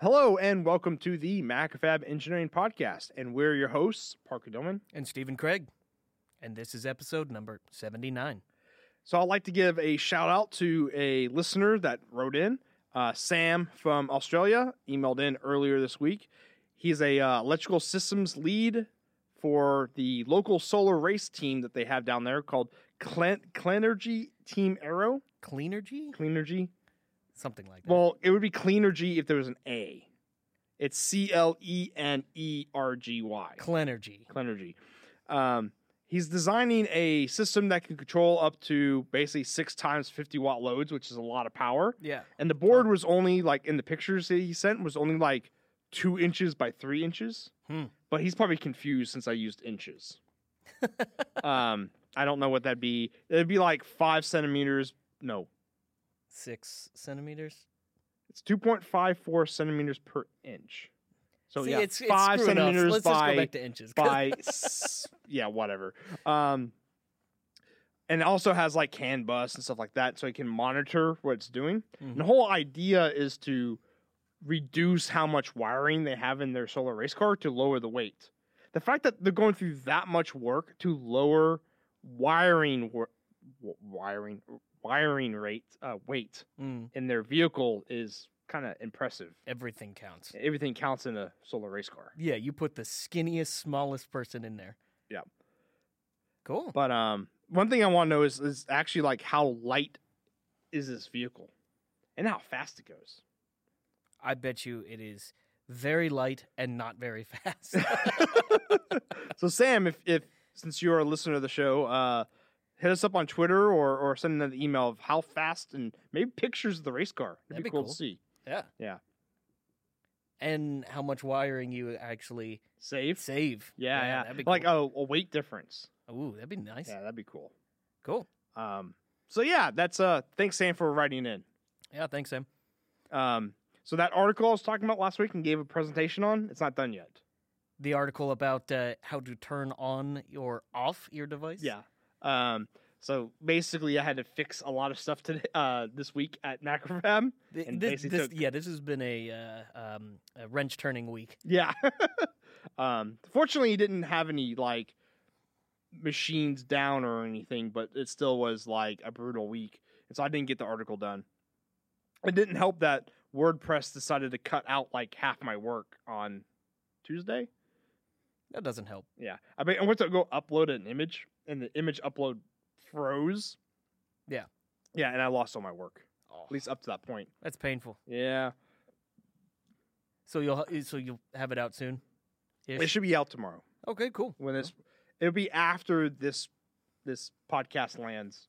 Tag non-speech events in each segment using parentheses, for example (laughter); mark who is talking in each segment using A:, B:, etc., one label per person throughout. A: Hello and welcome to the MacFab Engineering Podcast, and we're your hosts, Parker Dillman.
B: and Stephen Craig. And this is episode number 79.
A: So I'd like to give a shout out to a listener that wrote in, uh, Sam from Australia, emailed in earlier this week. He's a uh, electrical systems lead for the local solar race team that they have down there called Clen- Clenergy Team Arrow.
B: Cleanergy?
A: Cleanergy.
B: Something like that.
A: Well, it would be Cleanergy if there was an A. It's C L E N E R G Y.
B: Cleanergy.
A: Clenergy. Um, he's designing a system that can control up to basically six times 50 watt loads, which is a lot of power.
B: Yeah.
A: And the board was only like in the pictures that he sent was only like two inches by three inches.
B: Hmm.
A: But he's probably confused since I used
B: (laughs)
A: inches. um, I don't know what that'd be. It'd be like five centimeters. No,
B: Six centimeters.
A: it's 2.54 centimeters per inch. So
B: See,
A: yeah,
B: it's, it's
A: five
B: screwing us.
A: centimeters
B: Let's just
A: by
B: go back to inches. 'cause-
A: by s- yeah whatever um and it also has like can bus and stuff like that so it can monitor what it's doing and the
B: Mhm.
A: whole idea is to reduce how much wiring they have in their solar race car to lower the weight the fact that they're going through that much work to lower wiring wor- w- wiring wiring rate uh, weight
B: Mm,
A: in their vehicle is kind of impressive
B: everything counts.
A: everything counts in a solar race car
B: Yeah, you put the skinniest, smallest person in there.
A: Yeah.
B: Cool.
A: But um, one thing I want to know is is actually like how light is this vehicle, and how fast it
B: (laughs)
A: goes. (laughs)
B: I bet you it is very light and not
A: (laughs)
B: very (laughs) fast.
A: So Sam, if if since you're a listener of the show, uh, hit us up on Twitter or or send another email of how fast and maybe pictures of the race car. It'd
B: That'd
A: be,
B: be
A: cool,
B: cool.
A: to see.
B: yeah.
A: Yeah.
B: And how much wiring you actually
A: Safe.
B: save.
A: Yeah, yeah.
B: That'd be
A: Like
B: cool.
A: a, a weight difference.
B: Ooh, that'd be nice.
A: Yeah, that'd be cool.
B: Cool.
A: Um, so yeah, that's uh, thanks Sam for writing in.
B: Yeah, thanks, Sam.
A: Um, so that article I was talking about last week and gave a presentation on, it's not done yet.
B: the article about uh, how to turn on or off your device.
A: Yeah. Um, so basically, I had to fix a lot of stuff today, (laughs) uh, this week at Macrofab.
B: Th-
A: And
B: this,
A: basically
B: this-
A: took-
B: yeah, this has been a, uh, um, a wrench turning week.
A: (laughs) Yeah. (laughs) um, fortunately, it didn't have any like machines down or anything, but it still was like a brutal week, and so I didn't get the article done. It didn't help that WordPress decided to cut out like half my work on Tuesday.
B: That doesn't help.
A: Yeah, I mean, I went to go upload an image, and the image upload froze.
B: Yeah.
A: Yeah, and I lost all my work.
B: Oh,
A: At least up to that point.
B: that's painful.
A: Yeah.
B: So you'll ha- so you'll have it out soon.
A: It should be out tomorrow.
B: Okay, cool.
A: When this it'll be after this this podcast lands.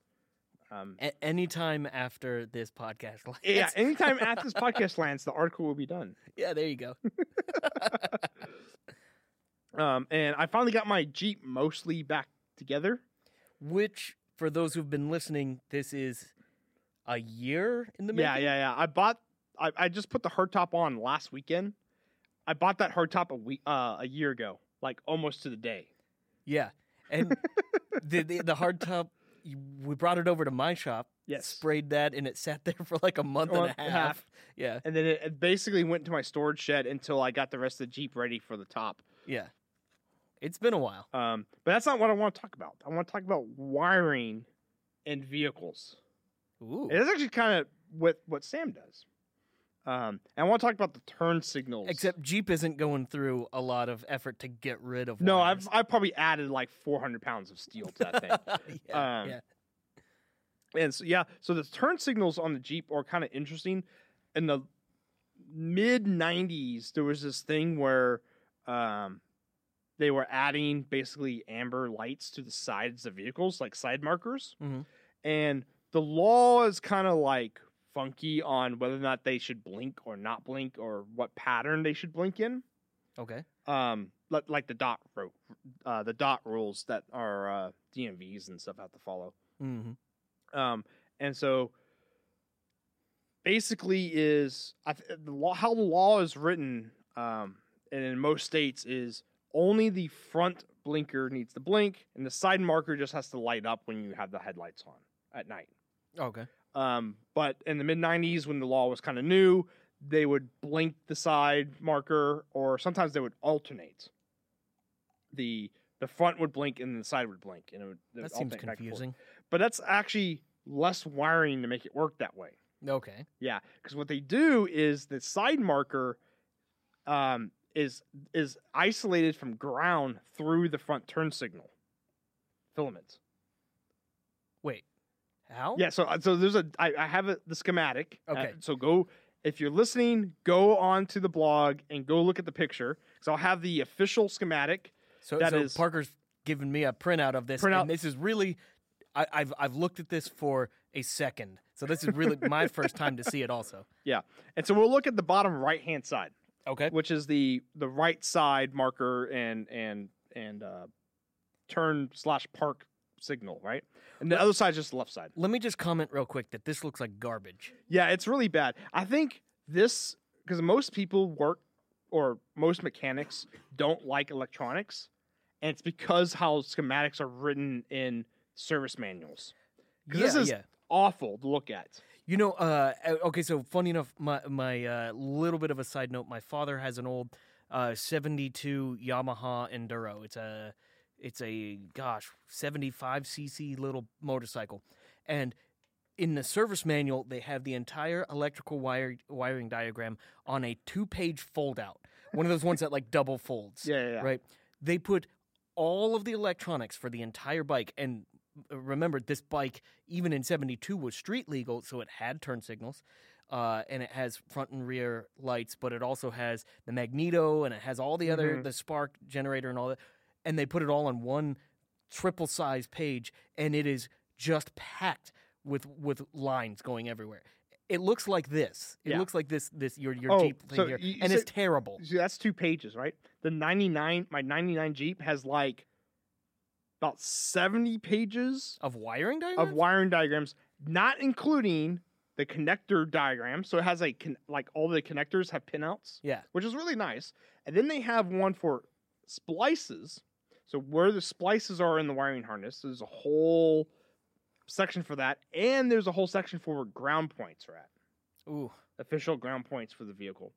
A: Um
B: A- anytime after this podcast. (laughs) lands.
A: yeah, anytime after this podcast (laughs) lands, the article will be done.
B: yeah. There you go.
A: Um and I finally got my Jeep mostly back together.
B: Which, for those who've been listening, this is a year in the making.
A: Yeah, yeah, yeah. I bought I, I just put the hardtop on last weekend. I bought that hardtop a week uh a year ago, like almost to the day.
B: Yeah, and the the, the hard top. you- We brought it over to my shop.
A: Yes.
B: sprayed that, and it sat (laughs) there for like a month and
A: Month
B: a
A: and a
B: half.
A: half.
B: Yeah,
A: And then it, it basically went to my storage shed until I got the rest of the Jeep ready for the top.
B: yeah. It's been a while.
A: Um, but that's not what I want to talk about. I want to talk about wiring and vehicles.
B: Ooh,
A: And That's actually kind of what what Sam does. Um, and I want to talk about the turn signals.
B: except Jeep isn't going through a lot of effort to get rid of.
A: no, I've
B: wires.
A: I probably added like 400 pounds of steel to that thing.
B: (laughs)
A: (laughs)
B: yeah,
A: um,
B: yeah.
A: And so, yeah, so the turn signals on the Jeep are kind of interesting. In the mid 90s, there was this thing where um, they were adding basically amber lights to the sides of vehicles, like side markers.
B: Mhm.
A: And the law is kind of like funky on whether or not they should blink or not blink or what pattern they should blink in.
B: Okay.
A: Um, like, like the dot ro- uh, the dot rules that are uh, DMVs and stuff have to follow.
B: hmm
A: Um, and so basically is I th- the law, how the law is written um, and in most states is only the front blinker needs to blink and the side marker just has to light up when you have the headlights on at night.
B: Okay.
A: Um, but in the mid 90s when the law was kind of new, they would blink the side marker, or sometimes they would alternate. the The front would blink and the side would blink, and it would. it would
B: That seems
A: alternate back and forth.
B: confusing.
A: But that's actually less wiring to make it work that way.
B: Okay.
A: Yeah, because what they do is the side marker um, is is isolated from ground through the front turn signal filament.
B: Wait. How?
A: Yeah, so uh, so there's a I, I have a, the schematic. Uh,
B: Okay.
A: so go if you're listening, go on to the blog and go look at the picture. So I'll have the official schematic.
B: So,
A: that
B: so
A: is-
B: Parker's given me a printout of this,
A: Printout.
B: and this is really, I, I've I've looked at this for a second, so this is really
A: (laughs)
B: my first time to see it. Also,
A: And so we'll look at the bottom right hand side,
B: okay,
A: which is the the right side marker and and and uh, turn slash park signal, right? And the other side's just the left side.
B: let me just comment real quick that this looks like garbage.
A: Yeah, it's really bad. I think this because most people work or most mechanics don't like electronics, and it's because how schematics are written in service manuals. 'Cause
B: Yeah,
A: this is
B: yeah.
A: awful to look at.
B: You know, uh, uh, okay. So funny enough, my my uh, little bit of a side note. My father has an old uh, '72 Yamaha Enduro. It's a it's a gosh 75 cc little motorcycle, and in the service manual they have the entire electrical wire wiring diagram on a two page fold out. One of those ones that like double
A: (laughs)
B: folds
A: Yeah, yeah, yeah.
B: right? They put all of the electronics for the entire bike. And uh, remember, this bike, even in 72, was street legal, so it had turn signals. Uh, and it has front and rear lights, but it also has the magneto and it has all the other,
A: Mhm.
B: the spark generator and all that. And they put it all on one triple size page, and it is just packed with with lines going everywhere. It looks like this. It
A: Yeah.
B: looks like this this your your
A: Oh,
B: Jeep thing
A: so
B: here,
A: you-
B: and
A: so-
B: it's terrible.
A: So that's two pages, right? The ninety nine, my ninety nine Jeep has like about seventy pages
B: Of wiring diagrams?
A: of wiring diagrams, not including the connector diagram. So it has like con- like all the connectors have pinouts.
B: Yeah.
A: which is really nice. And then they have one for splices. So where the splices are in the wiring harness, there's a whole section for that, and there's a whole section for where ground points are at.
B: Ooh.
A: Official ground points for the vehicle.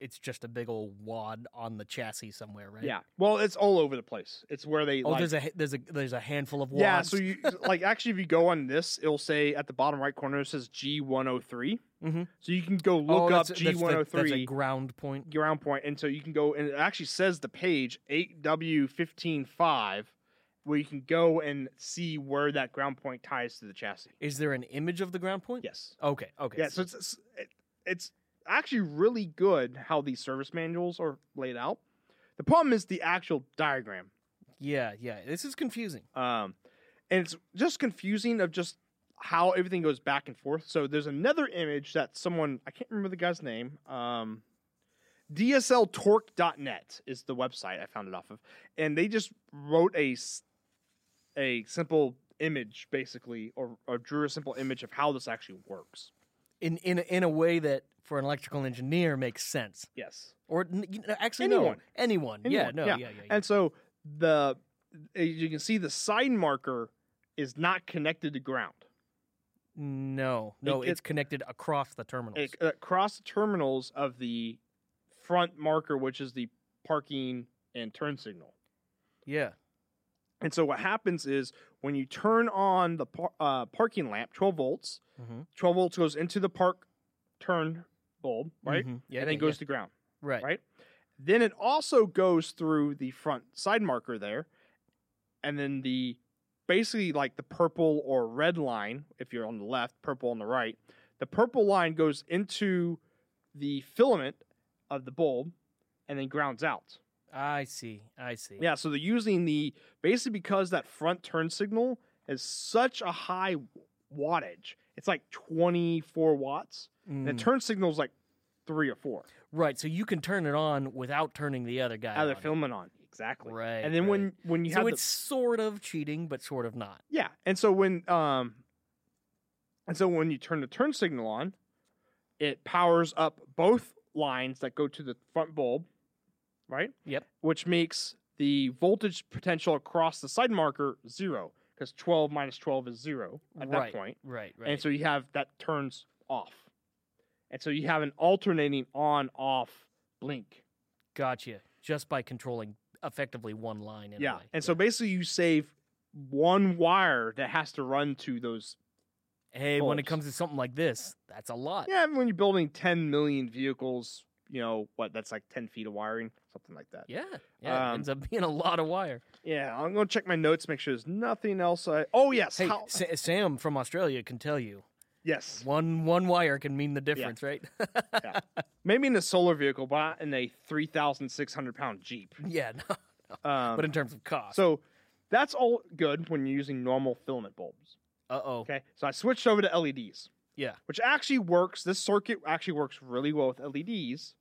B: it's just a big old wad on the chassis somewhere, right?
A: Yeah. Well, it's all over the place. It's where they
B: Oh,
A: like
B: there's a ha- there's a there's a handful of wads.
A: Yeah, so you
B: (laughs)
A: like actually if you go on this, it'll say at the bottom right corner it says G one oh three.
B: Mhm.
A: So you can go
B: Oh,
A: look up
B: that's-
A: G
B: that's the-
A: one oh
B: That's a
A: three
B: ground point.
A: ground point, and so you can go and it actually says the page eight W fifteen five, where you can go and see where that ground point ties to the chassis.
B: Is there an image of the ground point?
A: Yes.
B: Okay. Okay.
A: Yeah, so it's it's, it, it's actually really good how these service manuals are laid out. The problem is the actual diagram.
B: yeah. Yeah. This is confusing.
A: Um, and it's just confusing of just how everything goes back and forth. So there's another image that someone I can't remember the guy's name. Um, DSLTorque.net is the website I found it off of, and they just wrote a s- a simple image basically, or, or drew a simple image of how this actually works.
B: In in a, in a way that for an electrical engineer makes sense.
A: Yes.
B: Or n- you know, actually,
A: Anyone.
B: no, anyone. Yeah.
A: Anyone,
B: No.
A: yeah.
B: Yeah. Yeah. yeah.
A: And so the as you can see the side marker is not connected to ground.
B: no. No.
A: It-
B: it's connected across the terminals.
A: ac- across uh, the terminals of the front marker, which is the parking and turn signal.
B: yeah.
A: And so what happens is when you turn on the par- uh, parking lamp, 12 volts,
B: Mhm.
A: 12 volts goes into the park turn bulb, right?
B: Mhm. Yeah.
A: and then
B: yeah,
A: goes
B: yeah.
A: to ground.
B: right.
A: right? Then it also goes through the front side marker there, and then the basically like the purple or red line, if you're on the left, purple on the right. The purple line goes into the filament of the bulb and then grounds out.
B: I see. I see.
A: Yeah, so they're using the basically because that front turn signal is such a high wattage. It's like 24 watts. And
B: Mm.
A: the turn signal is like three or four.
B: right. So you can turn it on without turning the other guy.
A: Other
B: on.
A: filament on. Exactly.
B: Right.
A: and then
B: right.
A: when when you
B: so
A: have the-
B: it's sort of cheating, but sort of not.
A: yeah and so when um and so when you turn the turn signal on it powers up both lines that go to the front bulb right
B: Yep.
A: which makes the voltage potential across the side marker zero because 12 minus 12 is zero at
B: right,
A: that point
B: Right, right.
A: and so you have that turns off and so you have an alternating on off blink.
B: Gotcha. Just by controlling effectively one line. In a
A: yeah,
B: way.
A: and so basically you save one wire that has to run to those.
B: hey, when it
A: bulbs.
B: comes to something like this, that's a lot.
A: Yeah, when you're building 10 million vehicles, you know what? That's like 10 feet of wiring, something like that.
B: Yeah, yeah, it
A: Um,
B: ends up (laughs) being a lot of wire.
A: Yeah, I'm gonna check my notes, make sure there's nothing else. I oh yes,
B: Hey,
A: how-
B: Sa- Sam from Australia can tell you
A: yes,
B: one one wire can mean the difference, right? (laughs)
A: maybe in a solar vehicle, but not in a 3,600 pound Jeep.
B: yeah, no,
A: Um,
B: but in terms of cost,
A: so that's all good when you're using normal filament bulbs.
B: uh oh,
A: Okay, so I switched over to LEDs.
B: Yeah.
A: which actually works. This circuit actually works really well with LEDs,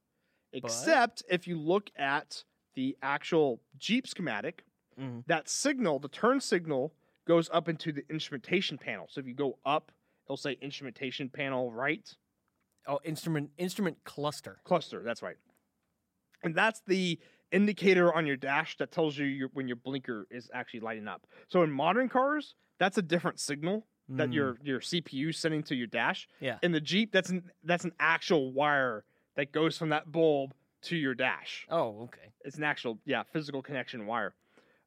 A: except if you look at the actual Jeep schematic,
B: Mhm.
A: that signal, the turn signal, goes up into the instrumentation panel. So if you go up, it'll say instrumentation panel right.
B: oh instrument instrument cluster.
A: cluster. That's right. And that's the indicator on your dash that tells you your, when your blinker is actually lighting up. So in modern cars, that's a different signal that
B: Mm,
A: your your CPU is sending to your dash.
B: Yeah.
A: In the Jeep, that's an that's an actual wire that goes from that bulb to your dash.
B: oh okay
A: It's an actual yeah physical connection wire.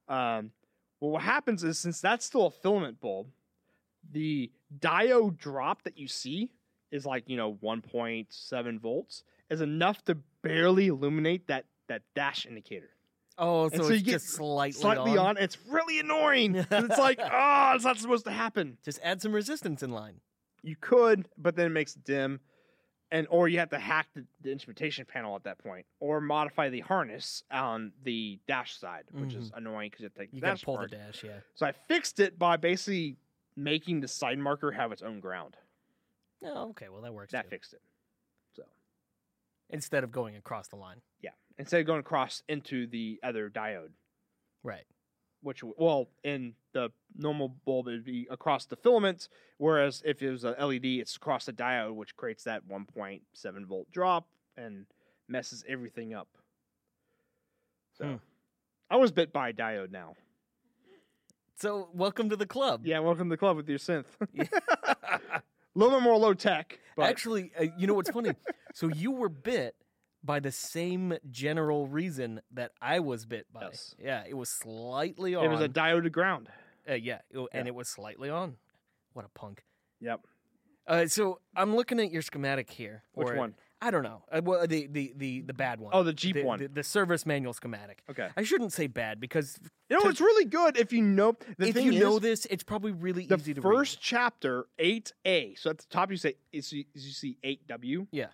A: Um, well, what happens is since that's still a filament bulb, the diode drop that you see is like you know 1.7 volts is enough to barely illuminate that that dash indicator
B: oh so,
A: And so
B: it's
A: you get
B: just slightly
A: slightly on. It's really annoying. 'cause It's like oh, it's not supposed to happen.
B: Just add some resistance in line.
A: You could, but then it makes it dim, and or you have to hack the, the instrumentation panel at that point, or modify the harness on the dash side, which is annoying because you have to take
B: Mm-hmm. You
A: the dash
B: gotta pull
A: apart.
B: the dash. Yeah,
A: So I fixed it by basically making the side marker have its own ground.
B: oh okay, well that works.
A: That
B: too.
A: fixed it.
B: Instead of going across the line,
A: Instead of going across into the other diode,
B: right?
A: which, w- well, in the normal bulb, it'd be across the filament, whereas if it was a LED, it's across the diode, which creates that 1.7 volt drop and messes everything up. So
B: Hmm.
A: I was bit by a diode now.
B: So welcome to the club.
A: Yeah, welcome to the club with your synth. (laughs) A little bit more low tech, but
B: Actually, uh, you know what's funny? (laughs) so you were bit by the same general reason that I was bit by.
A: Yes.
B: Yeah, it was slightly on.
A: it was a diode to ground.
B: uh, yeah, it- and it was slightly on. What a punk.
A: Yep.
B: Uh, so I'm looking at your schematic here.
A: Which
B: or-
A: one?
B: I don't know. Uh, well, the, the the the bad one.
A: Oh, the Jeep one.
B: The, the service manual schematic.
A: Okay.
B: I shouldn't say bad because
A: You know,
B: To-
A: it's really good if you know the
B: if
A: thing
B: you
A: is,
B: know this, it's probably really
A: the
B: easy to read.
A: first chapter, eight A. So at the top you say is you, is you see eight W.
B: Yeah.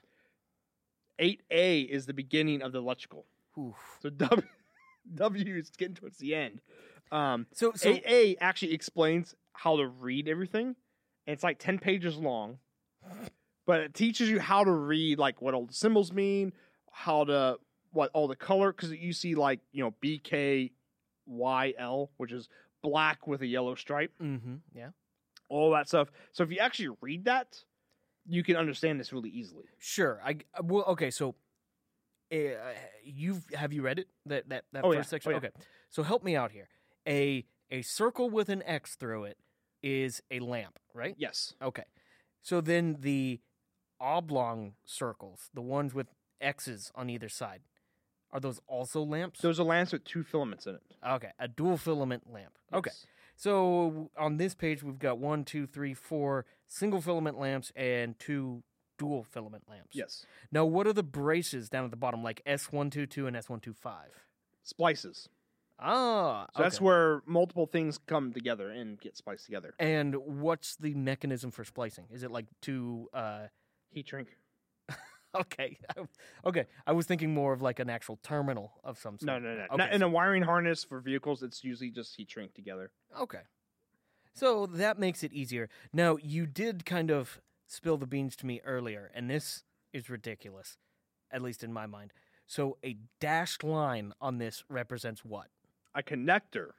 A: Eight A is the beginning of the electrical.
B: Oof.
A: So (laughs) W W is getting towards the end. Um
B: So so
A: eight A actually explains how to read everything. And it's like ten pages long. But it teaches you how to read like what all the symbols mean, how to what all the color because you see like you know B K Y L, which is black with a yellow stripe
B: hmm yeah.
A: all that stuff. So if you actually read that, you can understand this really easily.
B: Sure. I I- well, okay. So, uh, you've have you read it that that, that
A: Oh,
B: first
A: yeah.
B: section?
A: Oh, yeah.
B: Okay. So help me out here. A a circle with an X through it is a lamp, right?
A: Yes.
B: Okay. So then the oblong circles, the ones with X's on either side, are those also lamps?
A: There's a lance with two filaments in it.
B: okay, a dual filament lamp. Okay.
A: Yes.
B: So on this page, we've got one, two, three, four single filament lamps and two dual filament lamps.
A: Yes.
B: Now, what are the braces down at the bottom, like S122 and S125?
A: Splices.
B: Ah,
A: So that's
B: okay.
A: where multiple things come together and get spliced together.
B: And what's the mechanism for splicing? Is it like two? Uh, (laughs)
A: Heat shrink.
B: okay, (laughs) okay. I was thinking more of like an actual terminal of some sort.
A: No, no, no.
B: Okay,
A: Not- in a wiring harness for vehicles, it's usually just heat shrink together.
B: so- okay. So that makes it easier. Now you did kind of spill the beans to me earlier, and this is ridiculous, at least in my mind. So a dashed line on this represents what? (laughs)
A: A connector.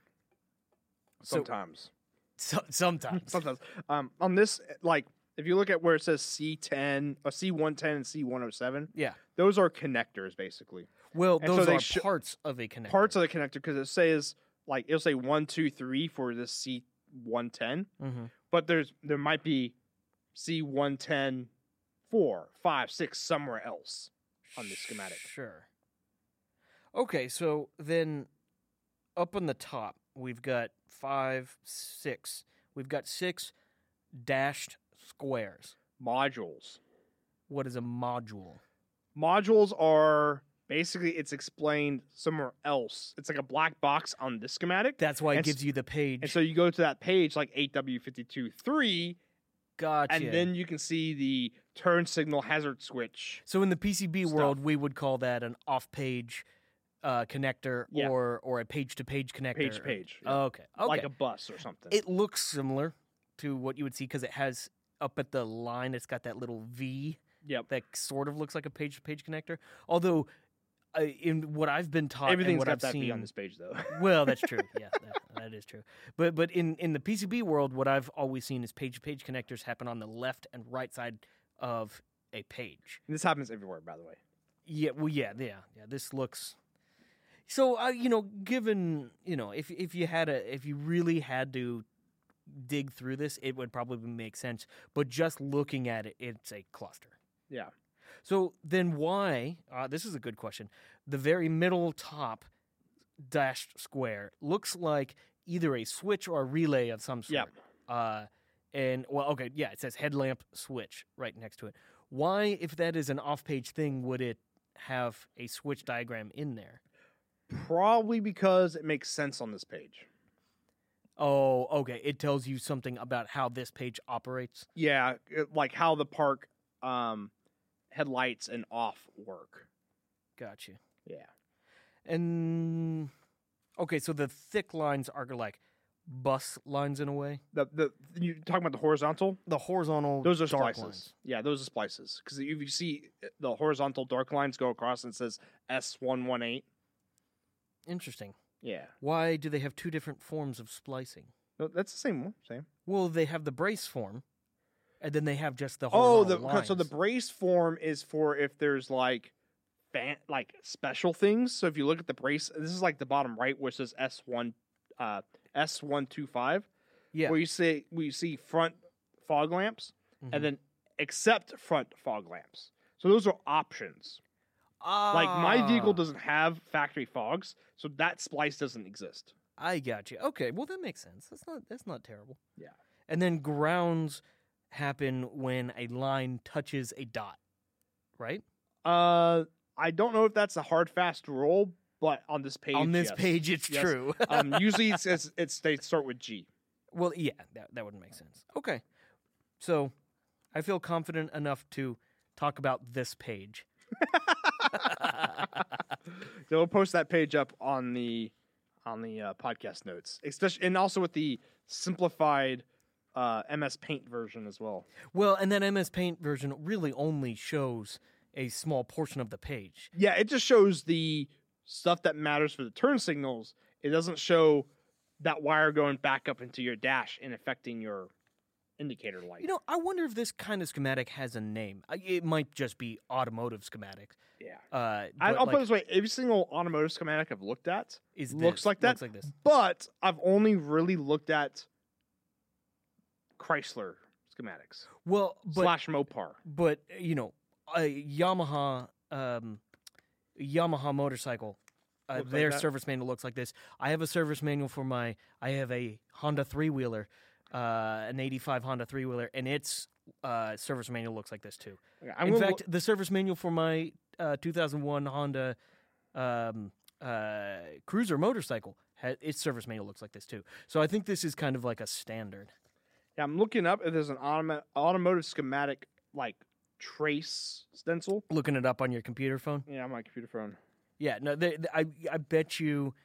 B: So-
A: Sometimes.
B: So, sometimes.
A: Sometimes. Um, on this, like, if you look at where it says uh, C10, or C110 and C107,
B: Yeah.
A: those are connectors basically.
B: Well,
A: And so
B: those
A: they
B: are
A: sho-
B: parts of a connector.
A: parts of the connector because it says like it'll say one two three for this C one ten,
B: Mhm.
A: but there's there might be C one ten four, five, six somewhere else on the schematic.
B: Sure. Okay, so then up on the top, we've got five, six. We've got six dashed squares.
A: Modules.
B: What is a module?
A: Modules are basically it's explained somewhere else. It's like a black box on this schematic.
B: That's why it
A: And s-
B: gives you the page.
A: And so you go to that page like 8W523
B: gotcha.
A: and then you can see the turn signal hazard switch.
B: so in the PCB
A: Stuff.
B: world, we would call that an off-page uh, connector
A: Yeah.
B: or or a page-to-page connector.
A: Page to page. yeah.
B: Okay. Okay.
A: Like a bus or something.
B: it looks similar to what you would see because it has up at the line. It's got that little V.
A: yep.
B: that sort of looks like a page-to-page connector. Although, uh, in what I've been taught, and
A: Everything's
B: what
A: got
B: I've
A: that
B: seen,
A: B on this page though.
B: well, that's true. Yeah, that, that is true. But but in in the PCB world, what I've always seen is page-to-page connectors happen on the left and right side of a page.
A: this happens everywhere, by the way.
B: Yeah, well, yeah, yeah, yeah. This looks. So uh, you know, given you know, if if you had a if you really had to dig through this, it would probably make sense. But just looking at it, it's a cluster.
A: Yeah.
B: So then, why? Uh, this is a good question. The very middle top dashed square looks like either a switch or a relay of some
A: Yeah.
B: sort. Uh, and well, okay, yeah, it says headlamp switch right next to it. Why, if that is an off-page thing, would it have a switch diagram in there?
A: Probably because it makes sense on this page.
B: Oh, okay. It tells you something about how this page operates.
A: Yeah, it- like how the park um headlights and off work.
B: Gotcha.
A: Yeah.
B: And okay, so the thick lines are like bus lines in a way.
A: The the you talking about the horizontal?
B: The horizontal
A: Those are
B: Oh, dark
A: splices.
B: lines.
A: Yeah, those are splices. Because if you see uh, the horizontal dark lines go across and it says S one one eight.
B: Interesting.
A: Yeah.
B: Why do they have two different forms of splicing?
A: No, that's the same one. Same.
B: Well, they have the brace form, and then they have just the
A: Oh,
B: horizontal
A: the so the
B: lines.
A: brace form is for if there's like fan, like special things. So if you look at the brace, this is like the bottom right where it says S one uh S one two five.
B: yeah,
A: Where you see where you see front fog lamps
B: mhm.
A: and then except front fog lamps. So those are options. Like my vehicle
B: Ah,
A: doesn't have factory fogs, so that splice doesn't exist.
B: I got you. Okay, well that makes sense. That's not that's not terrible.
A: Yeah.
B: and then grounds happen when a line touches a dot, right?
A: Uh I don't know if that's a hard fast rule, but on this page
B: On this
A: yes.
B: page, it's
A: Yes.
B: true. (laughs)
A: um usually it's, it's it's they start with G.
B: Well, yeah, that, that wouldn't make sense. Okay. So I feel confident enough to talk about this page.
A: So we'll post that page up on the on the uh, podcast notes, especially and also with the simplified uh, MS Paint version as well.
B: well, and that MS Paint version really only shows a small portion of the page.
A: Yeah, it just shows the stuff that matters for the turn signals. It doesn't show that wire going back up into your dash and affecting your indicator light.
B: You know, I wonder if this kind of schematic has a name. I- It might just be automotive schematics.
A: yeah.
B: Uh,
A: I,
B: but,
A: I'll
B: like,
A: put it this way: every single automotive schematic I've looked at,
B: is
A: looks
B: this-
A: like that.
B: Looks like this.
A: but I've only really looked at Chrysler schematics
B: Well, but
A: slash Mopar.
B: but you know, a Yamaha, um, Yamaha motorcycle. Uh,
A: Looks like
B: their
A: that.
B: service manual looks like this. I have a service manual for my. I have a Honda three wheeler, uh, an '85 Honda three wheeler, and its uh, service manual looks like this too.
A: Okay, I'm
B: In
A: gonna
B: fact, the service manual for my uh, 2001 Honda um, uh, Cruiser motorcycle, ha- its service manual looks like this too. So I think this is kind of like a standard.
A: Yeah, I'm looking up if there's an automa- automotive schematic like trace stencil.
B: Looking it up on your computer phone.
A: Yeah, on my computer phone.
B: Yeah, no, they, th- I I bet you,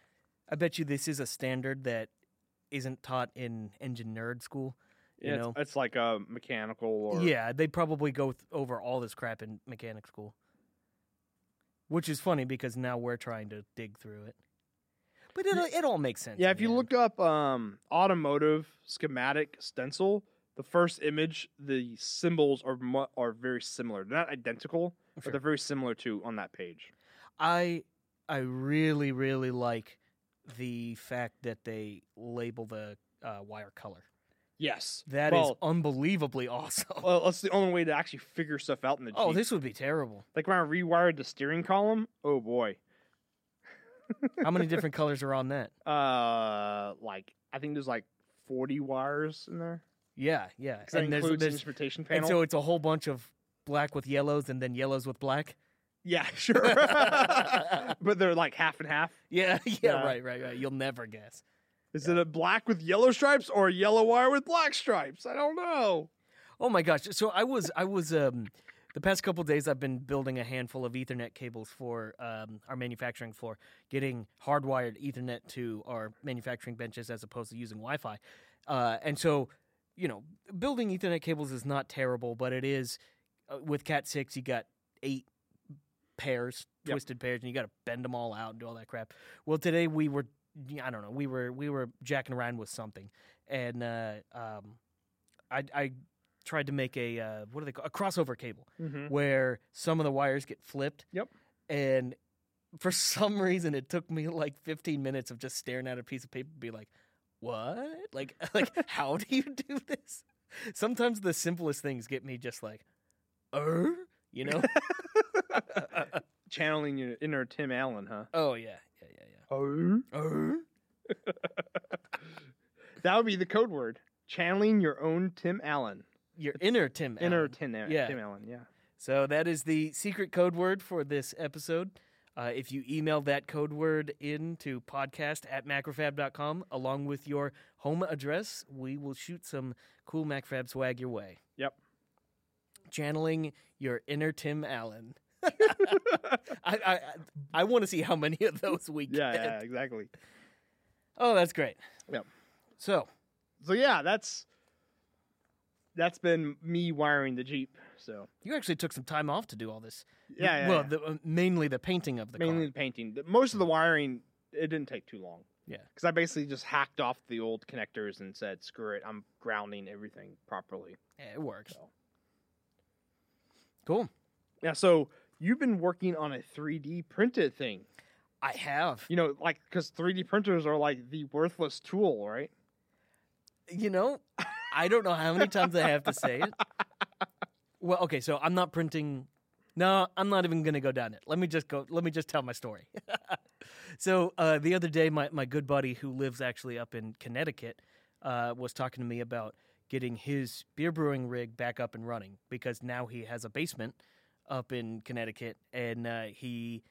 B: I bet you this is a standard that isn't taught in engine nerd school. You
A: Yeah,
B: know,
A: it's, it's like a mechanical or
B: yeah, they probably go th- over all this crap in mechanic school, which is funny because now we're trying to dig through it. But it it all makes sense.
A: Yeah,
B: in
A: if you
B: the end.
A: look up um automotive schematic stencil, the first image, the symbols are mu- are very similar. They're not identical, but
B: Sure.
A: they're very similar to on that page.
B: I I really really like the fact that they label the uh, wire color.
A: Yes.
B: That is
A: well,
B: unbelievably (laughs) awesome.
A: well, that's the only way to actually figure stuff out in the Jeep.
B: Oh, this would be terrible.
A: like when I rewired the steering column. Oh boy.
B: How
A: (laughs)
B: many different colors are on that?
A: Uh, like I think there's like 40 wires in there.
B: Yeah, yeah.
A: 'Cause
B: And
A: that
B: there's,
A: includes the
B: there's
A: instrumentation
B: and
A: panel.
B: so it's a whole bunch of black with yellows and then yellows with black. (laughs)
A: yeah, (laughs) sure. but they're like half and half.
B: Yeah, yeah,
A: Yeah.
B: right, right, right. You'll never guess.
A: Is it a black with yellow stripes or a yellow wire with black stripes? I don't know.
B: Oh my gosh. So I was I was um the past couple days I've been building a handful of ethernet cables for um, our manufacturing floor, getting hardwired ethernet to our manufacturing benches as opposed to using Wi-Fi. Uh, and so, you know, building ethernet cables is not terrible, but it is uh, with Cat 6 you got 8 pairs,
A: Yep.
B: twisted pairs and you got to bend them all out and do all that crap. Well, today we were I don't know, we were we were jacking around with something and uh, um, I I tried to make a uh, what do they call a crossover cable
A: Mm-hmm.
B: where some of the wires get flipped.
A: Yep.
B: And for (laughs) some reason, it took me like 15 minutes of just staring at a piece of paper, and be like, "What? Like, (laughs)
A: (laughs)
B: like how do you do this?" Sometimes the simplest things get me just like, "Er,"
A: (laughs)
B: you know?
A: Channeling your inner Tim Allen, huh?
B: oh yeah, yeah, yeah,
A: Oh.
B: yeah. Er.
A: That would be the code word. Channeling your own Tim Allen.
B: Your inner Tim.
A: Inner
B: Allen.
A: Tim, Allen.
B: Yeah.
A: Tim Allen, (laughs) yeah.
B: So that is the secret code word for this episode. Uh, if you email that code word in to podcast at macrofab.com along with your home address, we will shoot some cool MacFab swag your way.
A: Yep.
B: Channeling your inner
A: (laughs)
B: Tim Allen. (laughs) I I, I want to see how many of those we get.
A: Yeah, yeah, exactly.
B: Oh, that's great.
A: Yep.
B: So
A: So yeah, that's that's been me wiring the Jeep. So
B: you actually took some time off to do all this.
A: yeah, yeah,
B: well,
A: yeah.
B: The, uh, mainly the painting of the
A: mainly
B: car. Mm.
A: the painting. The- Most of the wiring it didn't take too long.
B: Yeah.
A: because I basically just hacked off the old connectors and said, "Screw it, I'm grounding everything properly."
B: Yeah, It works.
A: So.
B: Cool.
A: Yeah. So you've been working on a 3D printed thing.
B: I have.
A: You know, like because 3D printers are like the worthless tool, right?
B: You know, I don't know how many times I have to say it. Well, okay, so I'm not printing. No, I'm not even going to go down it. Let me just go. Let me just tell my story. (laughs) so uh, the other day, my my good buddy who lives actually up in Connecticut uh, was talking to me about getting his beer brewing rig back up and running because now he has a basement up in Connecticut and uh, he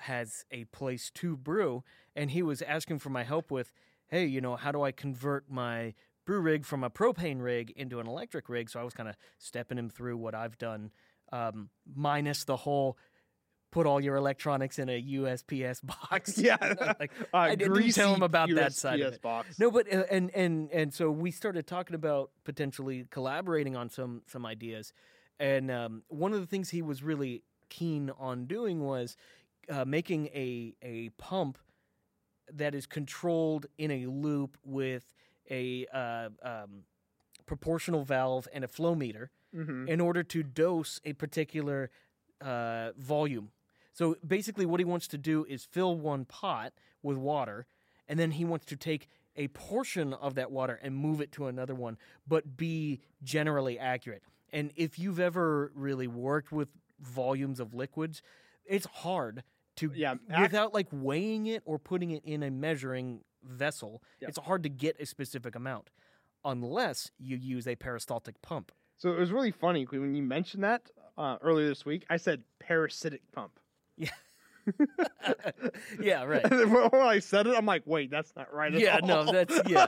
B: has a place to brew. And he was asking for my help with, hey, you know, how do I convert my brew rig from a propane rig into an electric rig? So I was kind of stepping him through what I've done, um, minus the whole put all your electronics in a USPS box. (laughs) like,
A: Uh,
B: I didn't tell him
A: greasy
B: about that side of
A: USPS
B: it.
A: box.
B: No, but uh, and and and so we started talking about potentially collaborating on some some ideas, and um, one of the things he was really keen on doing was uh, making a a pump that is controlled in a loop with a uh, um, proportional valve and a flow meter
A: Mhm.
B: in order to dose a particular uh, volume. So basically, what he wants to do is fill one pot with water, and then he wants to take a portion of that water and move it to another one, but be generally accurate. And if you've ever really worked with volumes of liquids, it's hard to
A: Yeah, ac-
B: without like weighing it or putting it in a measuring vessel.
A: Yeah.
B: It's hard to get a specific amount unless you use a peristaltic pump. (laughs)
A: So it was really funny 'cause when you mentioned that uh, earlier this week. I said parasitic pump.
B: yeah, right.
A: And then (laughs) when I said it, I'm like, wait, that's not right. at
B: Yeah, no,
A: all."
B: that's yeah.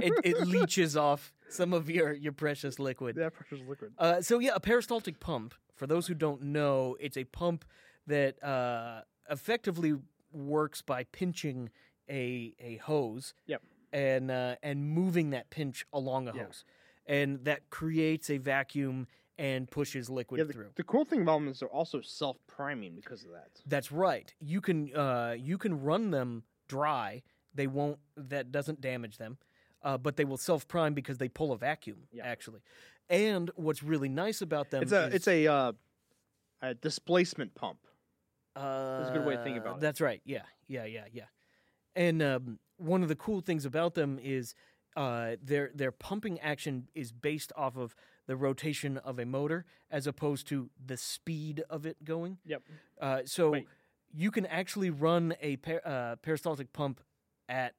B: It, it leaches off some of your your precious
A: (laughs)
B: liquid.
A: that pressure's liquid.
B: Uh, so yeah, a peristaltic pump. For those who don't know, it's a pump that uh, effectively works by pinching a a hose.
A: Yep.
B: And uh, and moving that pinch along a
A: Yeah.
B: hose, and that creates a vacuum and pushes liquid
A: Yeah, the,
B: through.
A: the cool thing about them is they're also self priming because of that.
B: That's right. You can uh, you can run them dry. They won't. That doesn't damage them, uh, but they will self prime because they pull a vacuum
A: Yeah.
B: actually. And what's really nice about them
A: It's a
B: is,
A: it's a uh, a displacement pump.
B: uh,
A: a good way to think about it.
B: That's right. Yeah. Yeah. Yeah. Yeah. And um, one of the cool things about them is uh, their their pumping action is based off of the rotation of a motor as opposed to the speed of it going.
A: Yep.
B: Uh, so
A: Wait.
B: you can actually run a per, uh, peristaltic pump at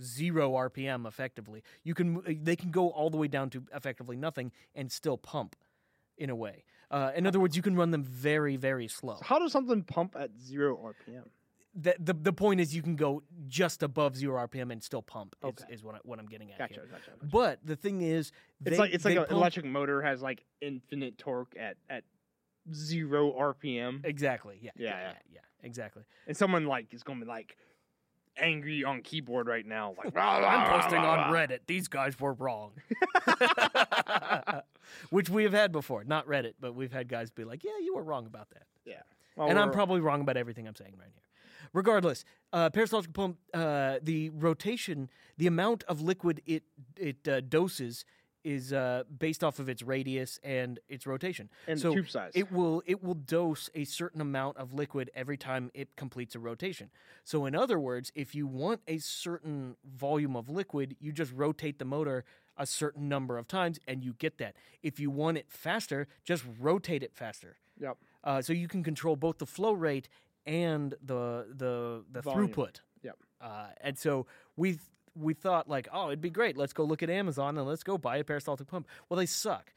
B: zero RPM effectively. You can uh, they can go all the way down to effectively nothing and still pump in a way. Uh, in other words, you can run them very very slow.
A: So how does something pump at zero RPM?
B: The, the, the point is you can go just above zero RPM and still pump. Is,
A: Okay.
B: is what I, what I'm getting at
A: Gotcha,
B: here.
A: gotcha. gotcha.
B: But the thing is,
A: It's
B: they-
A: like it's like
B: they
A: an
B: pump-
A: electric motor has like infinite torque at at zero RPM,
B: Exactly. Yeah.
A: Yeah,
B: Yeah.
A: yeah.
B: Yeah. yeah, exactly.
A: and someone like is going to be like angry on keyboard right now, like
B: (laughs) I'm posting on
A: (laughs)
B: Reddit. These guys were wrong, (laughs) which we have had before. Not Reddit, but we've had guys be like, "Yeah, you were wrong about that,"
A: Well,
B: and I'm
A: we're-
B: probably wrong about everything I'm saying right here. Regardless, uh, peristaltic pump, uh, the rotation, the amount of liquid it it uh, doses is uh, based off of its radius and its rotation.
A: and
B: so
A: the tube size.
B: It will it will dose a certain amount of liquid every time it completes a rotation. So in other words, if you want a certain volume of liquid, you just rotate the motor a certain number of times and you get that. If you want it faster, just rotate it faster.
A: Yep.
B: Uh, so you can control both the flow rate and the the the
A: Volume.
B: throughput.
A: Yep.
B: Uh, and so we th- we thought like, oh, it'd be great. Let's go look at Amazon and let's go buy a peristaltic pump. Well, they suck.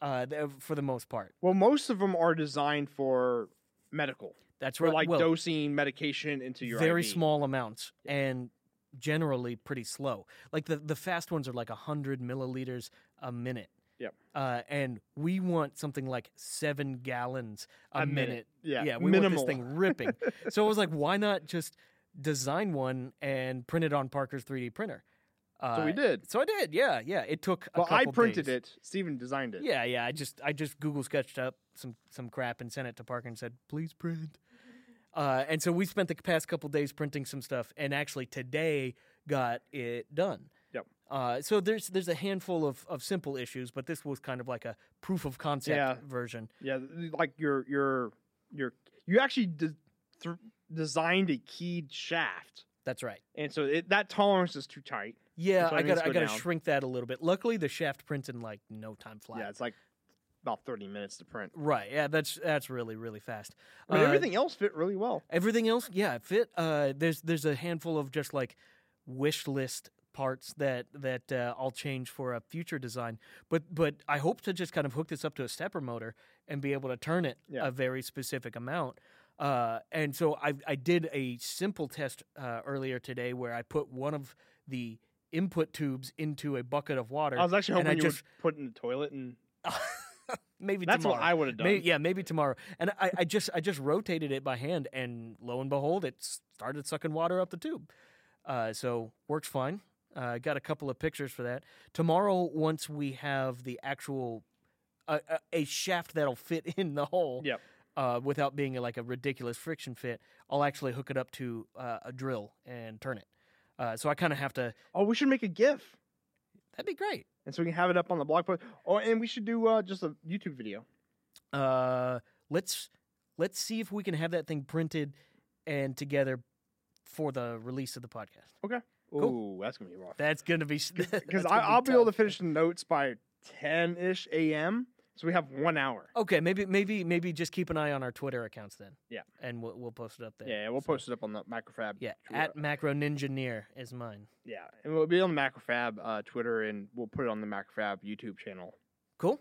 B: Uh, they're- for the most part,
A: well, most of them are designed for medical,
B: That's
A: for
B: right.
A: like
B: well,
A: dosing medication into your
B: very
A: IV.
B: small amounts and generally pretty slow. Like the the fast ones are like hundred milliliters a minute.
A: Yep.
B: Uh, and we want something like seven gallons a,
A: A minute.
B: minute.
A: Yeah,
B: we
A: minimal.
B: want this
A: (laughs)
B: thing ripping. so I was like, why not just design one and print it on Parker's 3D printer? Uh,
A: So we did.
B: So I did. Yeah, yeah. It took.
A: Well,
B: a
A: I
B: couple
A: printed
B: days.
A: it. Steven designed it.
B: Yeah, yeah. I just I just Google sketched up some some crap and sent it to Parker and said,
A: (laughs)
B: please print. Uh, and so we spent the past couple days printing some stuff, and actually today got it done.
A: Yep.
B: Uh, so there's there's a handful of, of simple issues, but this was kind of like a proof of concept
A: Yeah.
B: version.
A: Yeah, th- like your your your you actually de- th- designed a keyed shaft,
B: That's right.
A: and so it, that tolerance is too tight.
B: Yeah,
A: That's what I
B: I
A: mean,
B: got
A: it's
B: to I
A: go
B: got to
A: down.
B: shrink that a little bit. Luckily, the shaft prints in like no time flat.
A: Yeah, it's like about thirty minutes to print.
B: Right. Yeah, that's that's really really fast.
A: But
B: Uh,
A: everything else fit really well.
B: Everything else, yeah, it fit. Uh, there's there's a handful of just like wish list parts that that uh, I'll change for a future design. But but I hope to just kind of hook this up to a stepper motor and be able to turn it
A: Yeah.
B: a very specific amount. Uh, and so I I did a simple test uh, earlier today where I put one of the input tubes into a bucket of water.
A: I was actually
B: and
A: hoping
B: I
A: you
B: just-
A: would put in the toilet, and
B: Maybe
A: that's
B: tomorrow.
A: what I would have done.
B: May yeah, maybe tomorrow. And I, I just I just rotated it by hand, and lo and behold, it started sucking water up the tube. Uh, so works fine. Uh, got a couple of pictures for that tomorrow. Once we have the actual uh, a shaft that'll fit (laughs) in the hole,
A: Yep.
B: uh, without being like a ridiculous friction fit, I'll actually hook it up to uh, a drill and turn it. Uh, so I kind of have to.
A: Oh, we should make a GIF,
B: That'd be great.
A: and so we can have it up on the blog post. Oh, and we should do uh, just a YouTube video.
B: Uh, let's let's see if we can have that thing printed and together for the release of the podcast.
A: Ooh, that's gonna be rough.
B: (laughs) That's gonna be
A: Because I'll be able to finish the notes by ten ish a.m. So we have one hour.
B: Okay, maybe maybe maybe just keep an eye on our Twitter accounts then.
A: Yeah.
B: and we'll we'll post it up there.
A: Yeah, we'll
B: So-
A: post it up on the Macrofab.
B: Yeah,
A: Twitter.
B: at Macro Ninjaneer is mine.
A: Yeah, and we'll be on the Macrofab uh, Twitter, and we'll put it on the Macrofab YouTube channel.
B: Cool.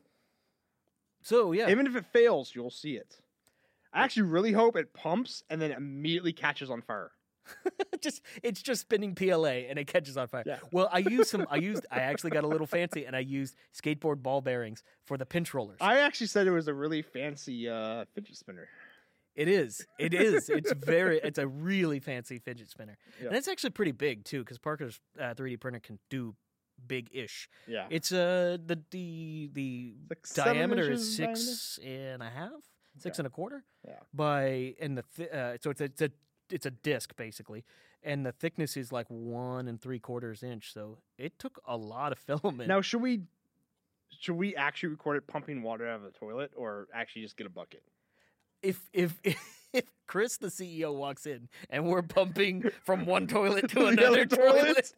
B: So yeah,
A: Even if it fails, you'll see it. I actually really hope it pumps and then immediately catches on fire.
B: (laughs) just it's just spinning PLA and it catches on fire.
A: Yeah.
B: Well, I used some. I used. I actually got a little fancy and I used skateboard ball bearings for the pinch rollers.
A: I actually said it was a really fancy uh, fidget spinner.
B: It is. It is. It's very. It's a really fancy fidget spinner,
A: Yeah.
B: and it's actually pretty big too, because Parker's uh, 3D printer can do big-ish.
A: Yeah,
B: It's uh the the the
A: like seven
B: diameter
A: inches
B: is
A: in diameter?
B: six and a half, six
A: Okay.
B: and a quarter.
A: Yeah.
B: By and the thi- uh, so it's a, it's a it's a disc basically, and the thickness is like one and three quarters inch. So it took a lot of filament.
A: Now, should we should we actually record it pumping water out of the toilet, or actually just get a bucket?
B: if if (laughs) if Chris the CEO walks in
A: (laughs)
B: and we're pumping from one toilet to
A: The other
B: another toilet,
A: toilet?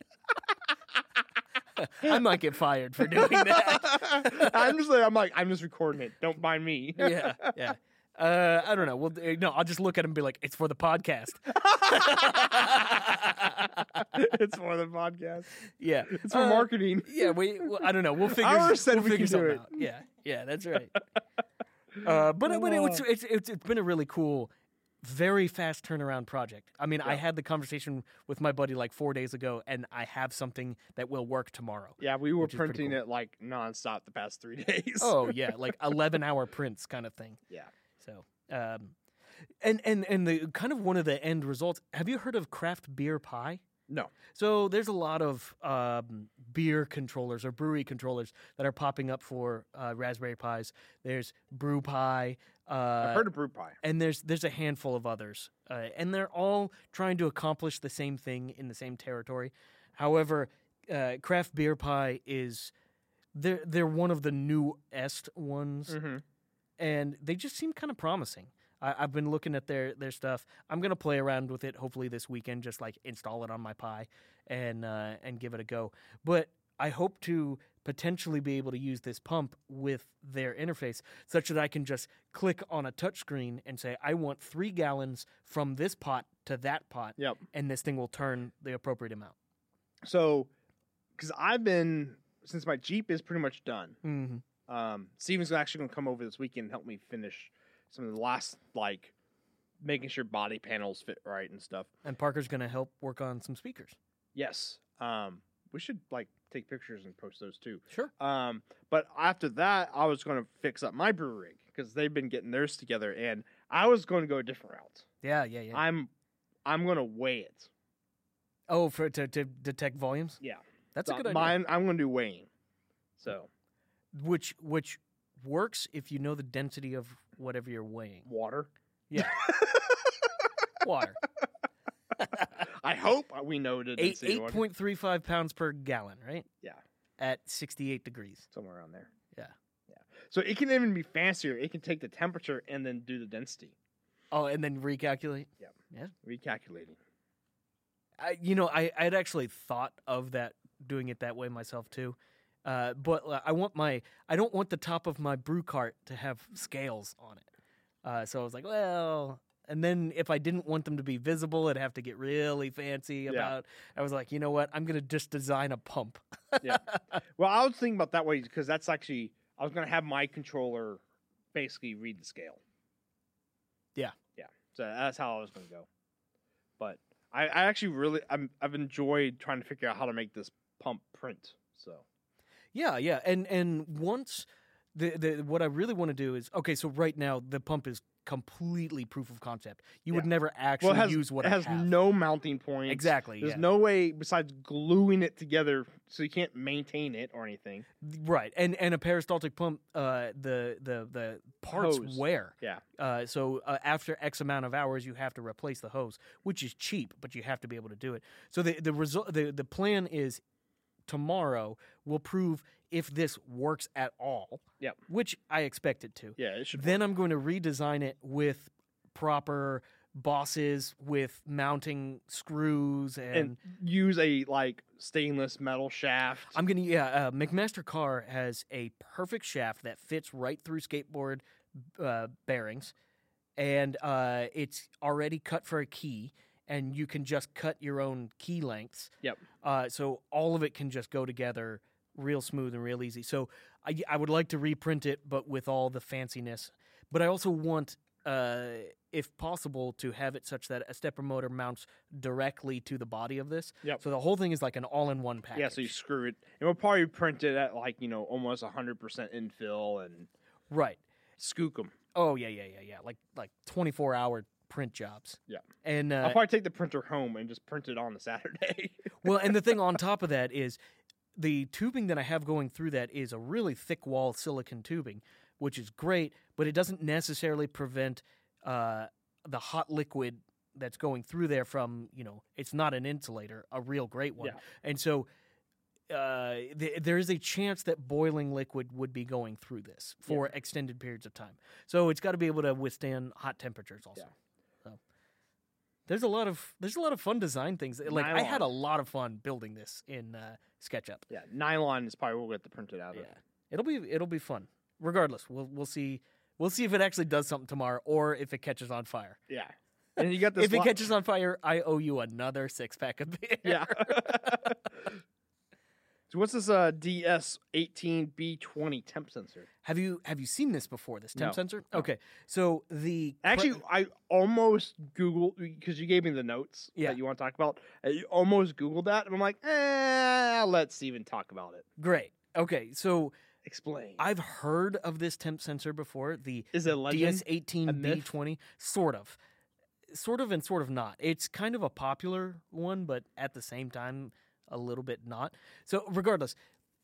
B: (laughs) I might get fired for (laughs) doing
A: (laughs)
B: that.
A: I'm just like, I'm like, I'm just recording it. Don't mind
B: (laughs)
A: me. (laughs)
B: yeah, yeah. Uh, I don't know. Well, uh, no, I'll just look at him and be like, "It's for the podcast." (laughs)
A: it's for the podcast.
B: yeah,
A: (laughs) It's for
B: Uh,
A: marketing.
B: Yeah, we. Well, I don't know.
A: (laughs)
B: We'll figure.
A: Ours said
B: we'll
A: we
B: figure
A: can do
B: something out. Yeah, yeah, that's right.
A: (laughs)
B: uh, but but it, it's, it's it's it's been a really cool, very fast turnaround project. I mean, I had the conversation with my buddy like four days ago, and I have something that will work tomorrow.
A: Yeah, we were
B: Which is pretty
A: printing
B: cool.
A: it like nonstop the past three (laughs) days.
B: Oh yeah,
A: (laughs)
B: like eleven hour prints kind of thing.
A: Yeah.
B: So, um, and and and the kind of one of the end results. Have you heard of craft beer pie?
A: No.
B: So there's a lot of um, beer controllers or brewery controllers that are popping up for uh, raspberry pis. There's brew pie.
A: I've
B: Uh,
A: heard of brew pie.
B: and there's there's a handful of others, uh, and they're all trying to accomplish the same thing in the same territory. However, uh, craft beer pie is they're they're one of the newest
A: Mm-hmm.
B: ones, and they just seem kind of promising. I, I've been looking at their their stuff. I'm gonna play around with it. Hopefully this weekend, just like install it on my Pi and uh, and give it a go. But I hope to potentially be able to use this pump with their interface, such that I can just click on a touchscreen and say I want three gallons from this pot to that pot,
A: Yep.
B: and this thing will turn the appropriate amount.
A: So, because I've been since my Jeep is pretty much done.
B: Mm-hmm.
A: Um, Steven's actually going to come over this weekend and help me finish some of the last like making sure body panels fit right and stuff.
B: And Parker's gonna help work on some speakers.
A: Yes. Um, we should like take pictures and post those too.
B: Sure.
A: Um, but after that, I was going to fix up my brew rig because they've been getting theirs together, and I was going to go a different route.
B: Yeah, yeah, yeah.
A: I'm, I'm going to weigh it.
B: oh, for to, to detect volumes.
A: Yeah,
B: That's
A: So
B: a good idea.
A: Mine, I'm going to do weighing. So
B: which which works if you know the density of whatever you're weighing.
A: water. (laughs)
B: Water,
A: I hope we know the
B: eight
A: density
B: eight
A: of water.
B: point three five pounds per gallon, right?
A: Yeah.
B: At sixty eight degrees.
A: somewhere around there.
B: Yeah.
A: yeah. So it can even be fancier. It can take the temperature and then do the density,
B: Oh, and then recalculate.
A: recalculating.
B: I, you know, I I'd actually thought of that doing it that way myself too. Uh, but uh, I want my I don't want the top of my brew cart to have scales on it. Uh, so I was like, well, and then if I didn't want them to be visible, I'd have to get really fancy
A: Yeah.
B: about. I was like, you know what? I'm gonna just design a pump.
A: Well, I was thinking about that way because that's actually I was going to have my controller basically read the scale.
B: Yeah.
A: yeah. So that's how I was going to go. But I, I actually really I'm, I've enjoyed trying to figure out how to make this pump print. So
B: Yeah, yeah, and and once the, the what I really want to do is okay. So right now the pump is completely proof of concept. You would
A: Yeah.
B: never actually
A: well, it has,
B: use what
A: it
B: I
A: has
B: have.
A: no mounting point.
B: exactly.
A: There's
B: yeah.
A: no way besides gluing it together, so you can't maintain it or anything.
B: right, and and a peristaltic pump, uh, the the the parts
A: Hose.
B: wear.
A: Yeah.
B: Uh, so uh, after X amount of hours, you have to replace the hose, which is cheap, but you have to be able to do it. So the the result, the the plan is tomorrow will prove if this works at all.
A: Yep.
B: Which I expect it to.
A: Yeah, it should.
B: Then I'm going to redesign it with proper bosses, with mounting screws, and,
A: and use a like stainless metal shaft.
B: I'm going to yeah. Uh, McMaster Car has a perfect shaft that fits right through skateboard uh, bearings, and uh, it's already cut for a key, and you can just cut your own key lengths.
A: Yep.
B: Uh, so all of it can just go together real smooth and real easy. So I, I would like to reprint it, but with all the fanciness. But I also want, uh, if possible, to have it such that a stepper motor mounts directly to the body of this.
A: Yep.
B: So the whole thing is like an all-in-one package.
A: Yeah, so you screw it, and we'll probably print it at like you know almost hundred percent infill and
B: right.
A: skook them.
B: Oh yeah, yeah, yeah, yeah. Like like 24-hour print jobs.
A: Yeah.
B: And uh,
A: I'll probably take the printer home and just print it on a Saturday. (laughs)
B: Well, and the thing on top of that is the tubing that I have going through that is a really thick wall silicon tubing, which is great, but it doesn't necessarily prevent uh, the hot liquid that's going through there from, you know, it's not an insulator, a real great one.
A: Yeah.
B: And so uh, th- there is a chance that boiling liquid would be going through this for extended periods of time. So it's got to be able to withstand hot temperatures also.
A: Yeah.
B: So there's a lot of there's a lot of fun design things. Like I had a
A: Nylon.
B: lot of fun building this in uh, SketchUp.
A: Yeah, nylon is probably what we'll get the printed out of.
B: Yeah, it'll be it'll be fun. Regardless, we'll we'll see we'll see if it actually does something tomorrow or if it catches on fire.
A: Yeah. And you got this.
B: if it
A: li-
B: catches on fire, I owe you another six pack of beer.
A: Yeah. so what's this uh, DS18B20 temp sensor?
B: (laughs) Have you have you seen this before? This temp
A: No,
B: sensor?
A: no.
B: Okay. So the cl-
A: Actually, I almost Googled because you gave me the notes
B: Yeah.
A: that you want to talk about. I almost Googled that, and I'm like, eh, I'll let Steven talk about it.
B: great. Okay. So
A: Explain.
B: I've heard of this temp sensor before. The
A: is it a legend?
B: DS eighteen B twenty, sort of, sort of, and sort of not. It's kind of a popular one, but at the same time, a little bit not. So, regardless,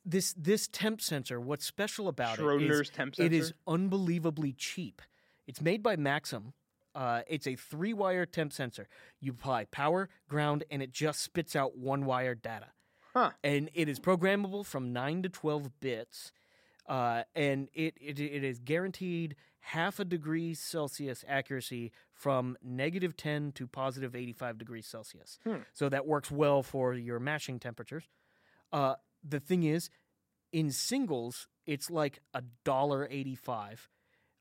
B: this this temp sensor. What's special about it is
A: Schrodinger's temp sensor.
B: it is unbelievably cheap. It's made by Maxim. Uh, it's a three wire temp sensor. You apply power, ground, and it just spits out one wire data.
A: Huh.
B: And it is programmable from 9 to 12 bits. Uh, and it, it it is guaranteed half a degree Celsius accuracy from negative 10 to positive 85 degrees Celsius.
A: Hmm.
B: So that works well for your mashing temperatures. Uh, the thing is, in singles, it's like a dollar eighty-five.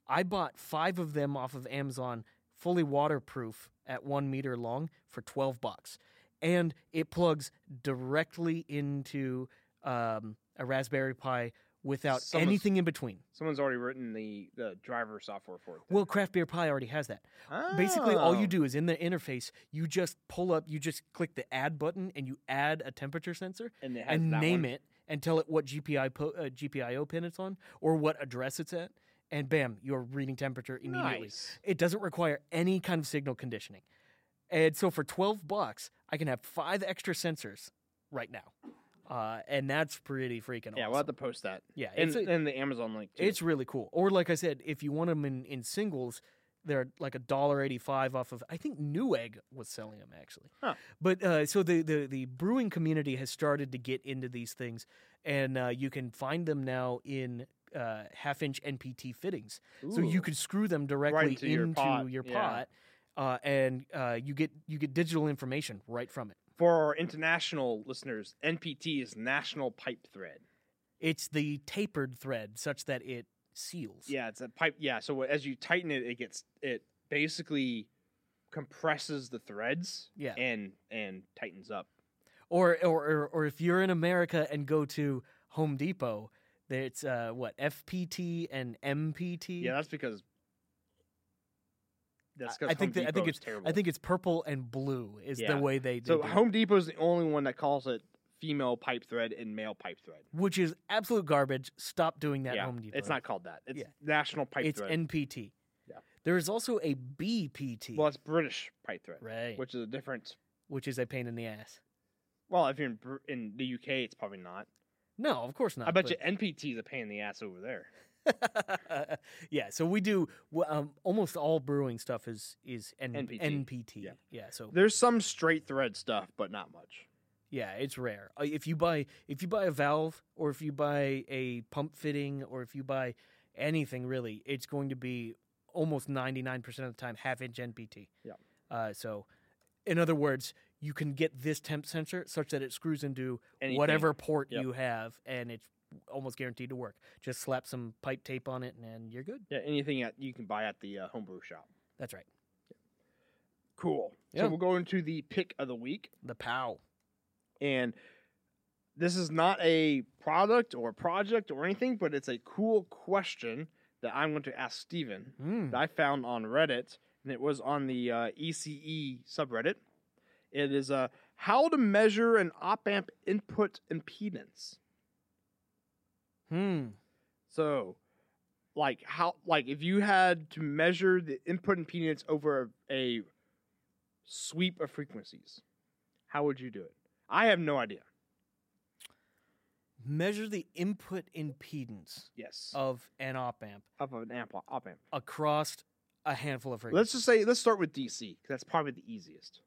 B: I bought five of them off of Amazon, fully waterproof at one meter long for twelve bucks, and it plugs directly into um, a Raspberry Pi without
A: Someone's-
B: anything in between.
A: Someone's already written the, the driver software for it. Oh,
B: Well, Craft Beer Pi already has that. Basically, all you do is in the interface, you just pull up, you just click the add button, and you add a temperature sensor,
A: and, it has
B: and
A: that
B: name
A: one.
B: it and tell it what GPI po- uh, GPIO pin it's on or what address it's at, and bam, you're reading temperature immediately.
A: Nice.
B: It doesn't require any kind of signal conditioning, and so for twelve bucks, I can have five extra sensors right now, uh, and that's pretty freaking
A: Yeah,
B: awesome.
A: we'll have to post that.
B: yeah,
A: And,
B: it's a-
A: and the Amazon link. Too.
B: it's really cool. Or like I said, if you want them in, in singles, they're like a dollar eighty five off of. I think Newegg was selling them actually.
A: Huh.
B: But uh, so the, the the brewing community has started to get into these things, and uh, you can find them now in uh, half inch NPT fittings. So you
A: Ooh.
B: could screw them directly
A: into
B: into
A: your
B: your
A: pot,
B: pot,
A: yeah.
B: uh, and uh, you get you get digital information right from it.
A: For our international listeners, NPT is National Pipe Thread.
B: It's the tapered thread such that it seals.
A: Yeah, it's a pipe. Yeah, so as you tighten it, it gets it basically compresses the threads
B: Yeah.
A: and and tightens up.
B: or or or, or if you're in America and go to Home Depot, there it's uh, what FPT and MPT.
A: Yeah, that's because that's
B: I-
A: because
B: I think
A: Home
B: that- I think
A: Depot is terrible.
B: I think it's purple and blue is
A: Yeah.
B: the way they, they
A: so.
B: do it,
A: Home Depot is the only one that calls it female pipe thread and male pipe thread.
B: which is absolute garbage. Stop doing that,
A: yeah,
B: Home Depot.
A: it's not called that. It's
B: Yeah.
A: National Pipe
B: It's
A: Thread.
B: NPT.
A: Yeah.
B: There is also a BPT,
A: well, it's British pipe thread,
B: right, which,
A: which is a different.
B: is a pain in the ass.
A: Well, if you're in Br- in the UK, it's probably not.
B: No, of course not.
A: I bet
B: but-
A: you NPT is a pain in the ass over there.
B: (laughs) yeah, so we do w- um, almost all brewing stuff is is N-
A: NPT,
B: NPT.
A: yeah.
B: yeah, so
A: There's some straight thread stuff, but not much.
B: Yeah, it's rare. Uh, If you buy if you buy a valve or if you buy a pump fitting or if you buy anything really, it's going to be almost 99% of the time half inch NPT.
A: Yeah.
B: Uh, so in other words, you can get this temp sensor such that it screws into
A: Anything.
B: whatever port
A: Yep.
B: you have and it's almost guaranteed to work. Just slap some pipe tape on it and you're good.
A: Yeah, anything at, you can buy at the uh, homebrew shop.
B: That's right.
A: Cool.
B: Yeah.
A: So we'll go into the pick of the week,
B: The POW.
A: and this is not a product or project or anything, but it's a cool question that I'm going to ask Steven
B: Mm.
A: that I found on Reddit, and it was on the uh, ECE subreddit. It is uh, how to measure an op amp input impedance.
B: Hmm.
A: So, like how like if you had to measure the input impedance over a sweep of frequencies, how would you do it? I have no idea.
B: Measure the input impedance
A: Yes,
B: of an op amp.
A: of an amp op amp.
B: across a handful of
A: Let's
B: frequencies.
A: just say let's start with DC 'cause that's probably the easiest.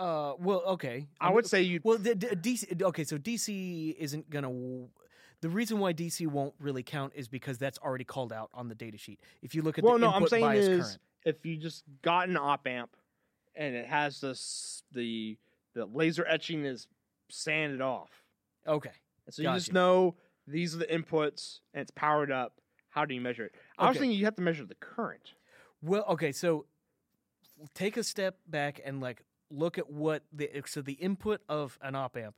B: Uh, well, okay.
A: I
B: I'm-
A: would say you.
B: Well, the, the DC. Okay, so DC isn't gonna. w- The reason why DC won't really count is because that's already called out on the data sheet. If you look at
A: Well,
B: the
A: no,
B: input
A: I'm saying
B: bias
A: is
B: current,
A: if you just got an op amp and it has the s- the the laser etching is sanded off.
B: Okay.
A: And so you just
B: Gotcha.
A: know these are the inputs and it's powered up. How do you measure it? I was
B: Okay.
A: thinking you have to measure the current.
B: Well, okay, so take a step back and like look at what the so the input of an op amp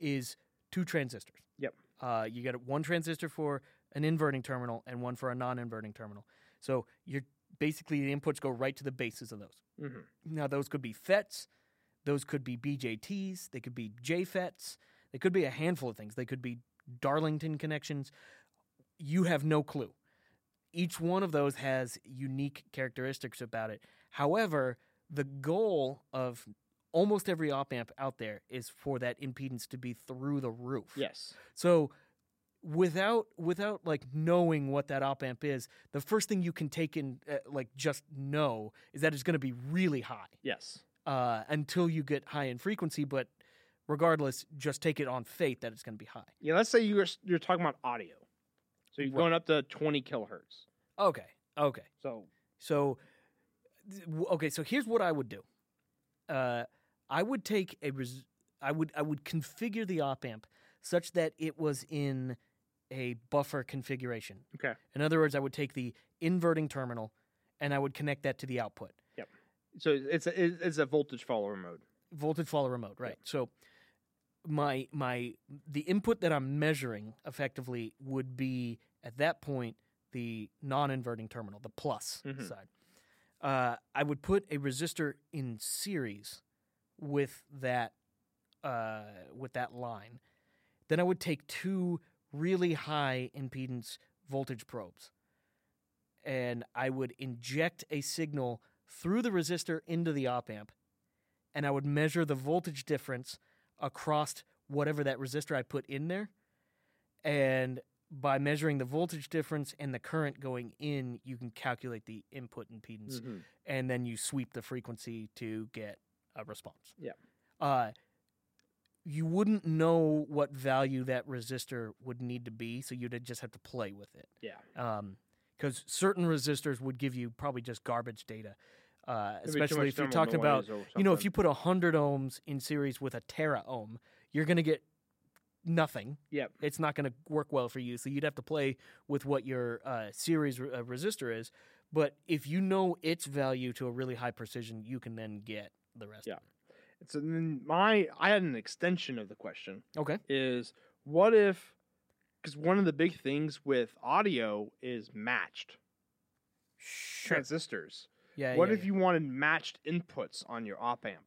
B: is two transistors.
A: Yep.
B: Uh, you got one transistor for an inverting terminal and one for a non-inverting terminal. So you're basically the inputs go right to the bases of those.
A: Mhm.
B: Now those could be FETs, those could be BJTs, they could be JFETs, they could be a handful of things. They could be Darlington connections. You have no clue each one of those has unique characteristics about it. However, the goal of almost every op amp out there is for that impedance to be through the roof.
A: Yes.
B: So without without like knowing what that op amp is, the first thing you can take in uh, like just know is that it's going to be really high
A: Yes.
B: uh, until you get high in frequency. But regardless, just take it on faith that it's going to be high.
A: Yeah. Let's say you're you're talking about audio, so you're
B: Right.
A: going up to 20 kilohertz.
B: Okay. Okay.
A: So
B: So, th- w- okay, so here's what I would do. Uh, I would take a res- I would I would configure the op amp such that it was in a buffer configuration.
A: Okay.
B: In other words, I would take the inverting terminal and I would connect that to the output.
A: so it's a, it- it's a voltage follower mode.
B: Voltage follower mode, right? So my my the input that I'm measuring effectively would be at that point the non-inverting terminal, the plus
A: Mhm.
B: side. Uh, I would put a resistor in series with that uh, with that line. Then I would take two really high impedance voltage probes, and I would inject a signal through the resistor into the op amp, and I would measure the voltage difference across whatever that resistor I put in there. And by measuring the voltage difference and the current going in, you can calculate the input impedance
A: Mm.
B: and then you sweep the frequency to get a response.
A: Yeah.
B: Uh, you wouldn't know what value that resistor would need to be, so you'd just have to play with it.
A: Yeah.
B: Because um, certain resistors would give you probably just garbage data,
A: Maybe
B: uh,
A: too much
B: especially if you're
A: thermal
B: talking about
A: noise or
B: you know, if
A: something.
B: you put 100 ohms in series with a tera ohm, you're going to get nothing.
A: Yep.
B: It's not going to work well for you. So you'd have to play with what your uh, series re- uh, resistor is. But if you know its value to a really high precision, you can then get the rest.
A: Yeah. So then my I had an extension of the question.
B: Okay.
A: Is what if because one of the big things with audio is matched
B: Sure.
A: transistors.
B: Yeah.
A: what
B: yeah,
A: if
B: yeah.
A: you wanted matched inputs on your op amp?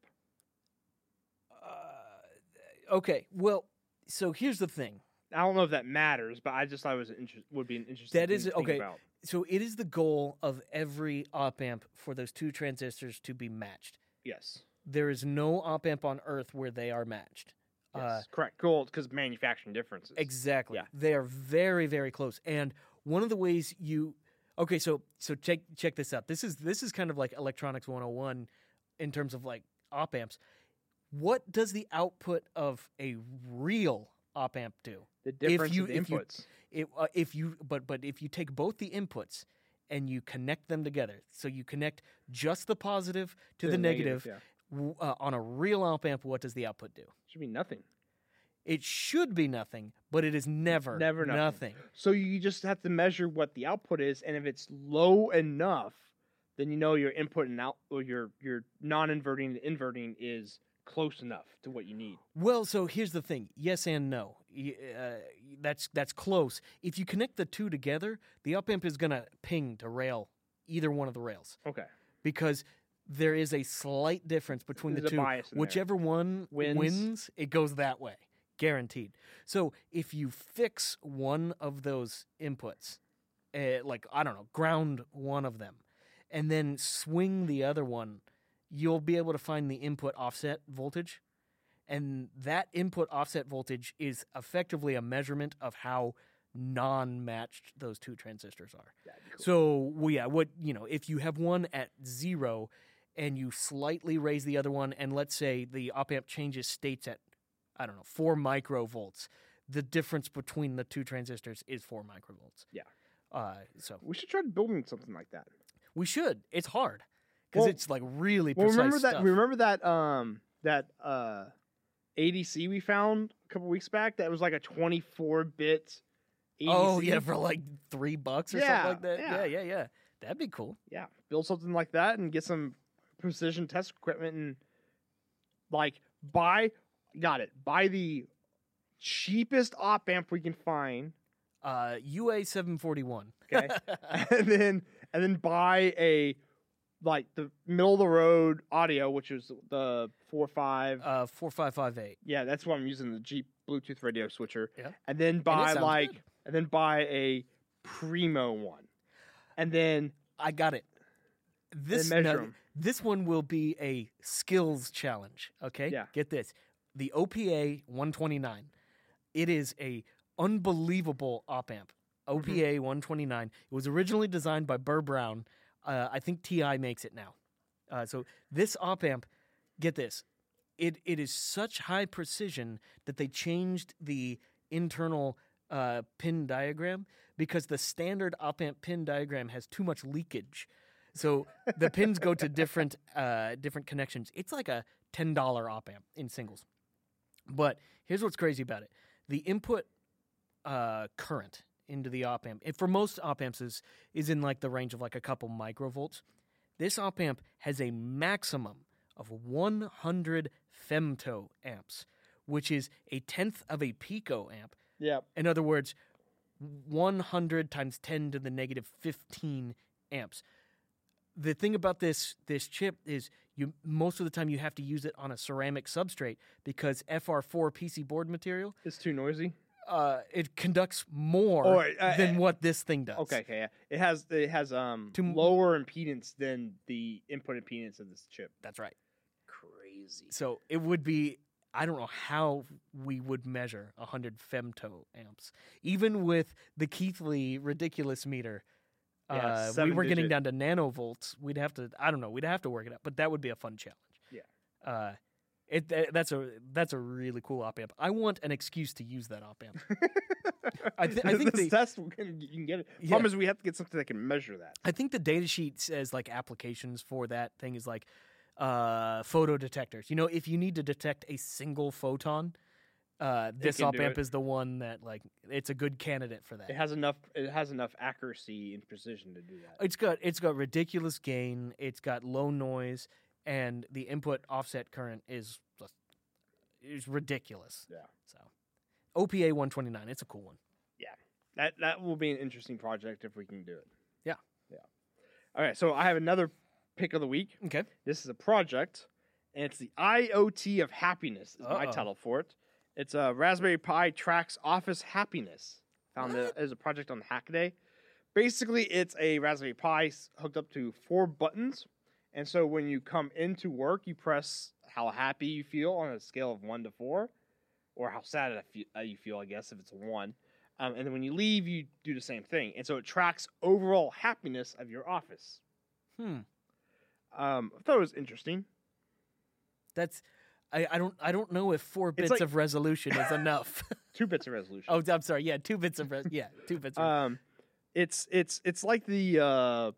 B: Uh, okay. Well, so here's the thing.
A: I don't know if that matters, but I just thought it was an inter- would be an interesting
B: That
A: thing
B: is-
A: to think
B: okay.
A: about.
B: So it is the goal of every op amp for those two transistors to be matched.
A: Yes.
B: There is no op amp on earth where they are matched.
A: Yes.
B: Uh,
A: Correct. Cool. Because manufacturing differences.
B: Exactly.
A: Yeah.
B: They are very, very close. And one of the ways you okay, so so check check this out. This is this is kind of like electronics 101 in terms of like op amps. What does the output of a real op amp do?
A: the difference
B: you-
A: in the
B: if you-
A: inputs.
B: It, uh, if you but but if you take both the inputs and you connect them together, so you connect just the positive to, the, negative,
A: yeah.
B: w- uh, on a real op amp, what does the output do?
A: should be nothing.
B: It should be nothing, but it is never
A: Never nothing.
B: nothing.
A: So you just have to measure what the output is, and if it's low enough, then you know your input and out or your your non-inverting and inverting is close enough to what you need.
B: Well, so here's the thing: yes and no. Y- Uh, that's that's close. If you connect the two together, the up amp is gonna ping to rail either one of the rails
A: Okay.
B: because there is a slight difference between
A: There's
B: the
A: a
B: two.
A: bias in there.
B: Whichever one
A: Wins.
B: wins, it goes that way, guaranteed. So if you fix one of those inputs, uh, like I don't know, ground one of them, and then swing the other one, you'll be able to find the input offset voltage. And that input offset voltage is effectively a measurement of how non matched those two transistors are.
A: That'd be cool.
B: So well, yeah, what you know, if you have one at zero and you slightly raise the other one, and let's say the op amp changes states at I don't know four microvolts, the difference between the two transistors is four microvolts.
A: Yeah.
B: Uh, so
A: we should try building something like that.
B: we should. It's hard because
A: Well-
B: it's like really
A: Well,
B: precise
A: remember that?
B: stuff.
A: Remember that? Um, that uh, ADC we found a couple weeks back. That was like a 24 bit. ADC.
B: oh yeah, for like three bucks or
A: E Yeah,
B: something like that.
A: yeah.
B: Yeah. yeah, yeah, That'd be cool.
A: yeah, build something like that and get some precision test equipment and like buy. Got it. Buy the cheapest op amp we can find. (laughs)
B: Uh, UA seven forty one.
A: Okay. and then and then buy a like the middle of the road audio, which is the four five.
B: uh, four five five eight.
A: yeah, that's what I'm using the Jeep Bluetooth radio switcher.
B: Yeah.
A: And then buy
B: sounds
A: like
B: good.
A: and then buy a primo one. And then
B: I got it. This
A: measure
B: now,
A: 'em.
B: this one will be a skills challenge. Okay,
A: Yeah.
B: Get this: the OPA one twenty nine. It is a unbelievable op amp. OPA one twenty nine. It was originally designed by Burr Brown. Uh, I think TI makes it now. Uh, so this op amp, get this, it it is such high precision that they changed the internal uh, pin diagram because the standard op amp pin diagram has too much leakage. So the pins go to different uh, different connections. It's like a ten dollar op amp in singles. But here's what's crazy about it: the input uh, current into the op amp, and for most op amps, is is in like the range of like a couple microvolts. This op amp has a maximum of 100 femto amps, which is a tenth of a pico amp.
A: yeah,
B: In other words, 100 times 10 to the negative 15 amps. The thing about this this chip is you most of the time you have to use it on a ceramic substrate because FR4 PC board material
A: it's too noisy.
B: uh, it conducts more
A: Or, uh,
B: than what this thing does.
A: Okay, okay, yeah. It has it has um
B: To m-
A: lower impedance than the input impedance of this chip.
B: that's right.
A: (laughs) Crazy.
B: So it would be I don't know how we would measure 100 femto amps. Even with the Keithley ridiculous meter,
A: Yeah,
B: uh, we
A: seven
B: were getting
A: digit.
B: down to nanovolts. We'd have to I don't know, we'd have to work it out, but that would be a fun challenge. Yeah. Uh it tha- that's a that's a really cool op amp. I want an excuse to use that op amp. I, th- I think
A: this
B: the
A: test we can, you can get it.
B: Yeah.
A: Problem is we have to get something that can measure that.
B: I think the data sheet says like applications for that thing is like uh, photo detectors. You know, if you need to detect a single photon, uh, this
A: can
B: op
A: do
B: amp
A: it.
B: is the one that like it's a good candidate for that.
A: It has enough. It has enough accuracy and precision to do that.
B: It's got it's got ridiculous gain. It's got low noise, and the input offset current is just, is ridiculous.
A: Yeah.
B: So, OPA one twenty nine. It's a cool one.
A: That that will be an interesting project if we can do it.
B: Yeah.
A: Yeah. All right. So I have another pick of the week.
B: Okay.
A: This is a project, and it's the IoT of happiness. Is my
B: Uh-oh.
A: title for it. It's a Raspberry Pi tracks office happiness. Found it as a project on Hackaday. Basically, it's a Raspberry Pi s- hooked up to four buttons, and so when you come into work, you press how happy you feel on a scale of one to four, or how sad I fe- uh, you feel, I guess, if it's a one. Um, and then when you leave, you do the same thing, and so it tracks overall happiness of your office.
B: Hmm.
A: Um, I thought it was interesting.
B: That's. I, I don't I don't know if four bits
A: like-
B: of resolution is enough.
A: two bits of resolution.
B: Oh, I'm sorry. Yeah, two bits of res- yeah, two bits. Of
A: um, it's it's it's like the uh,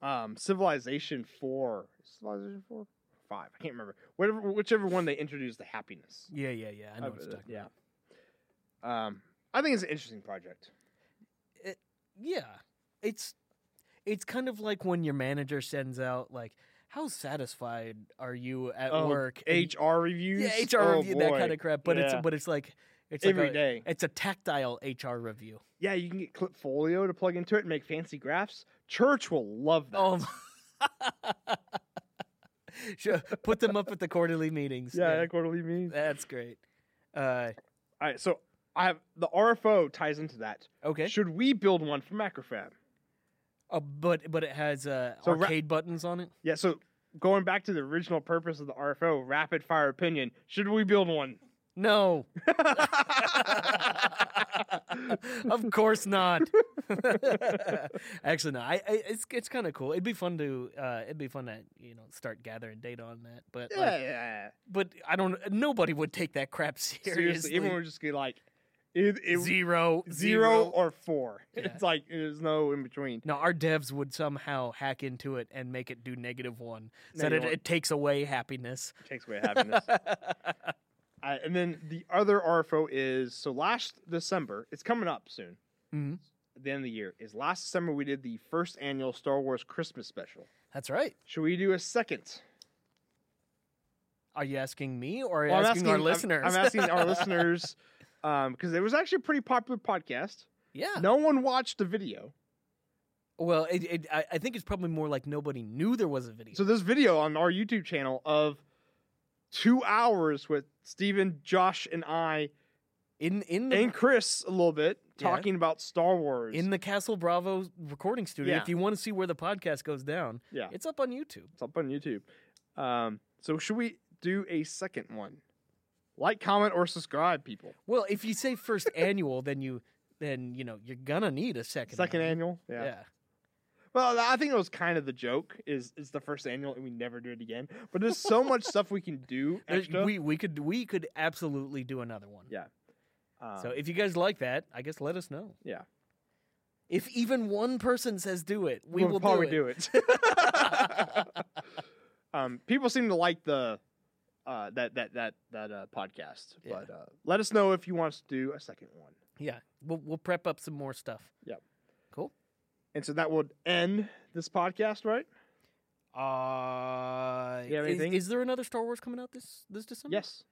A: um, Civilization Four, Civilization Four, Five. I can't remember. Whatever, whichever one they introduced the happiness.
B: yeah, yeah, yeah. I know what you're
A: Uh,
B: talking
A: yeah.
B: about.
A: Um, I think it's an interesting project.
B: Yeah, it's it's kind of like when your manager sends out like, "How satisfied are you at
A: Oh,
B: work?" And-
A: HR reviews.
B: yeah, HR
A: Oh,
B: review, that
A: boy.
B: kind of crap. But
A: Yeah.
B: it's but it's like it's
A: Every
B: like a,
A: day.
B: It's a tactile HR review.
A: Yeah, you can get Clipfolio to plug into it and make fancy graphs. Church will love that.
B: Oh. my- (laughs) Sure, put them up at the quarterly meetings.
A: yeah, that quarterly means.
B: that's great. Uh,
A: All right, so I have the RFO ties into that.
B: okay,
A: Should we build one for Macrofab?
B: uh, but but it has uh,
A: So ra-
B: arcade buttons on it.
A: Yeah, so going back to the original purpose of the RFO, rapid fire opinion, should we build one? (laughs)
B: No. (laughs) of course not. Actually, no. I, I it's it's kind of cool. It'd be fun to uh, it'd be fun to you know start gathering data on that. But like,
A: yeah.
B: but I don't. Nobody would take that crap seriously.
A: Seriously, everyone would just be like, It, it,
B: zero,
A: zero or (laughs) four.
B: Yeah.
A: It's like there's no in between.
B: No, our devs would somehow hack into it and make it do negative one, so that
A: Negative
B: it,
A: one.
B: it takes
A: (laughs)
B: away happiness. Mm-hmm.
A: takes away happiness. I, and then the other RFO is so last December. It's coming up soon.
B: Mhm.
A: At the end of the year is last December. We did the first annual Star Wars Christmas special.
B: That's right.
A: Should we do a second?
B: Are you asking me or are you
A: Well, I'm
B: asking, our
A: I'm-
B: listeners?
A: I'm, asking our listeners because it was actually a pretty popular podcast.
B: (laughs) yeah.
A: No one watched the video,
B: Well, it, it, I, I think it's probably more like nobody knew there was a video.
A: so there's video on our YouTube channel of two hours with Steven, Josh, and I
B: in in the
A: and Chris a little bit
B: Yeah.
A: talking about Star Wars.
B: in the Castle Bravo recording studio.
A: Yeah.
B: If you want to see where the podcast goes down,
A: Yeah.
B: it's up on YouTube.
A: It's up on YouTube. Um, so should we do a second one? Like, comment, or subscribe, people.
B: Well, if you
A: (laughs)
B: say first annual, then you then you know you're gonna need a second
A: Second
B: one.
A: annual, yeah.
B: Yeah.
A: Well, I think it was kind of the joke. Is it's the first annual and we never do it again. But there's so
B: (laughs)
A: much stuff we can do
B: There-
A: extra.
B: We we could we could absolutely do another one.
A: Yeah. Um,
B: So if you guys like that, I guess let us know.
A: Yeah.
B: If even one person says do it, we
A: we'll
B: will
A: probably
B: do it.
A: do it. (laughs) um, people seem to like the uh, that that that that uh, podcast.
B: Yeah.
A: But uh, let us know if you want us to do a second one.
B: (laughs) yeah. We'll we'll prep up some more stuff.
A: Yep.
B: Cool.
A: And so that would end this podcast, right?
B: Uh,
A: You have
B: is,
A: anything?
B: is there another Star Wars coming out this this December?
A: Yes.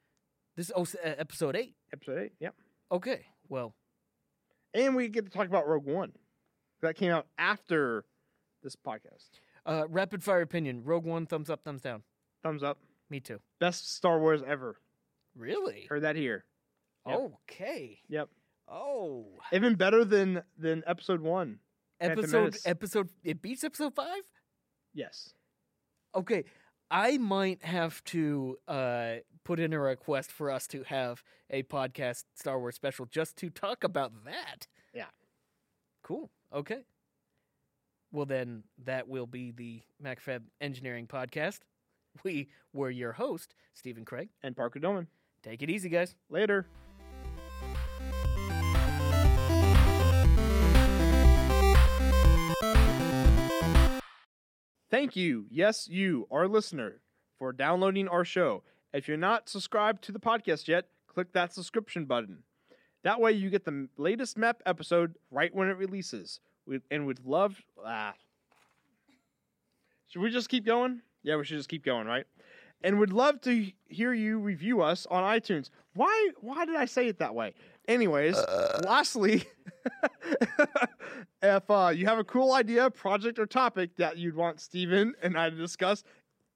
B: This oh, s- uh, episode eight.
A: Episode eight. Yep.
B: Okay. Well,
A: And we get to talk about Rogue One. That came out after this podcast.
B: uh, rapid fire opinion. Rogue One, thumbs up, thumbs down.
A: Thumbs up.
B: Me too.
A: Best Star Wars ever.
B: Really?
A: Heard that here. Yep.
B: Okay.
A: Yep.
B: Oh.
A: Even better than than episode one. Phantom
B: Episode
A: Menace.
B: episode it beats episode five.
A: Yes.
B: Okay. I might have to uh, put in a request for us to have a podcast Star Wars special just to talk about that.
A: Yeah.
B: Cool. Okay. Well, then that will be the MacFab Engineering Podcast. We were your host, Stephen Craig.
A: And Parker Doman.
B: Take it easy, guys.
A: Later. Thank you, yes, you, our listener, for downloading our show. If you're not subscribed to the podcast yet, click that subscription button. That way, you get the m- latest map episode right when it releases. We, and we'd love. Ah. Should we just keep going? Yeah, we should just keep going, right? And would love to h- hear you review us on iTunes. Why? Why did I say it that way? Anyways, lastly, (laughs) if uh, you have a cool idea, project, or topic that you'd want Steven and I to discuss,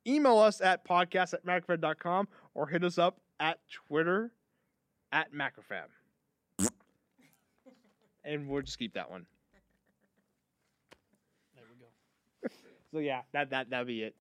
A: email us at podcast at macrofab.com or hit us up at Twitter at macrofab. And we'll just keep that one.
B: There we go.
A: (laughs) So yeah, that that that'd be it.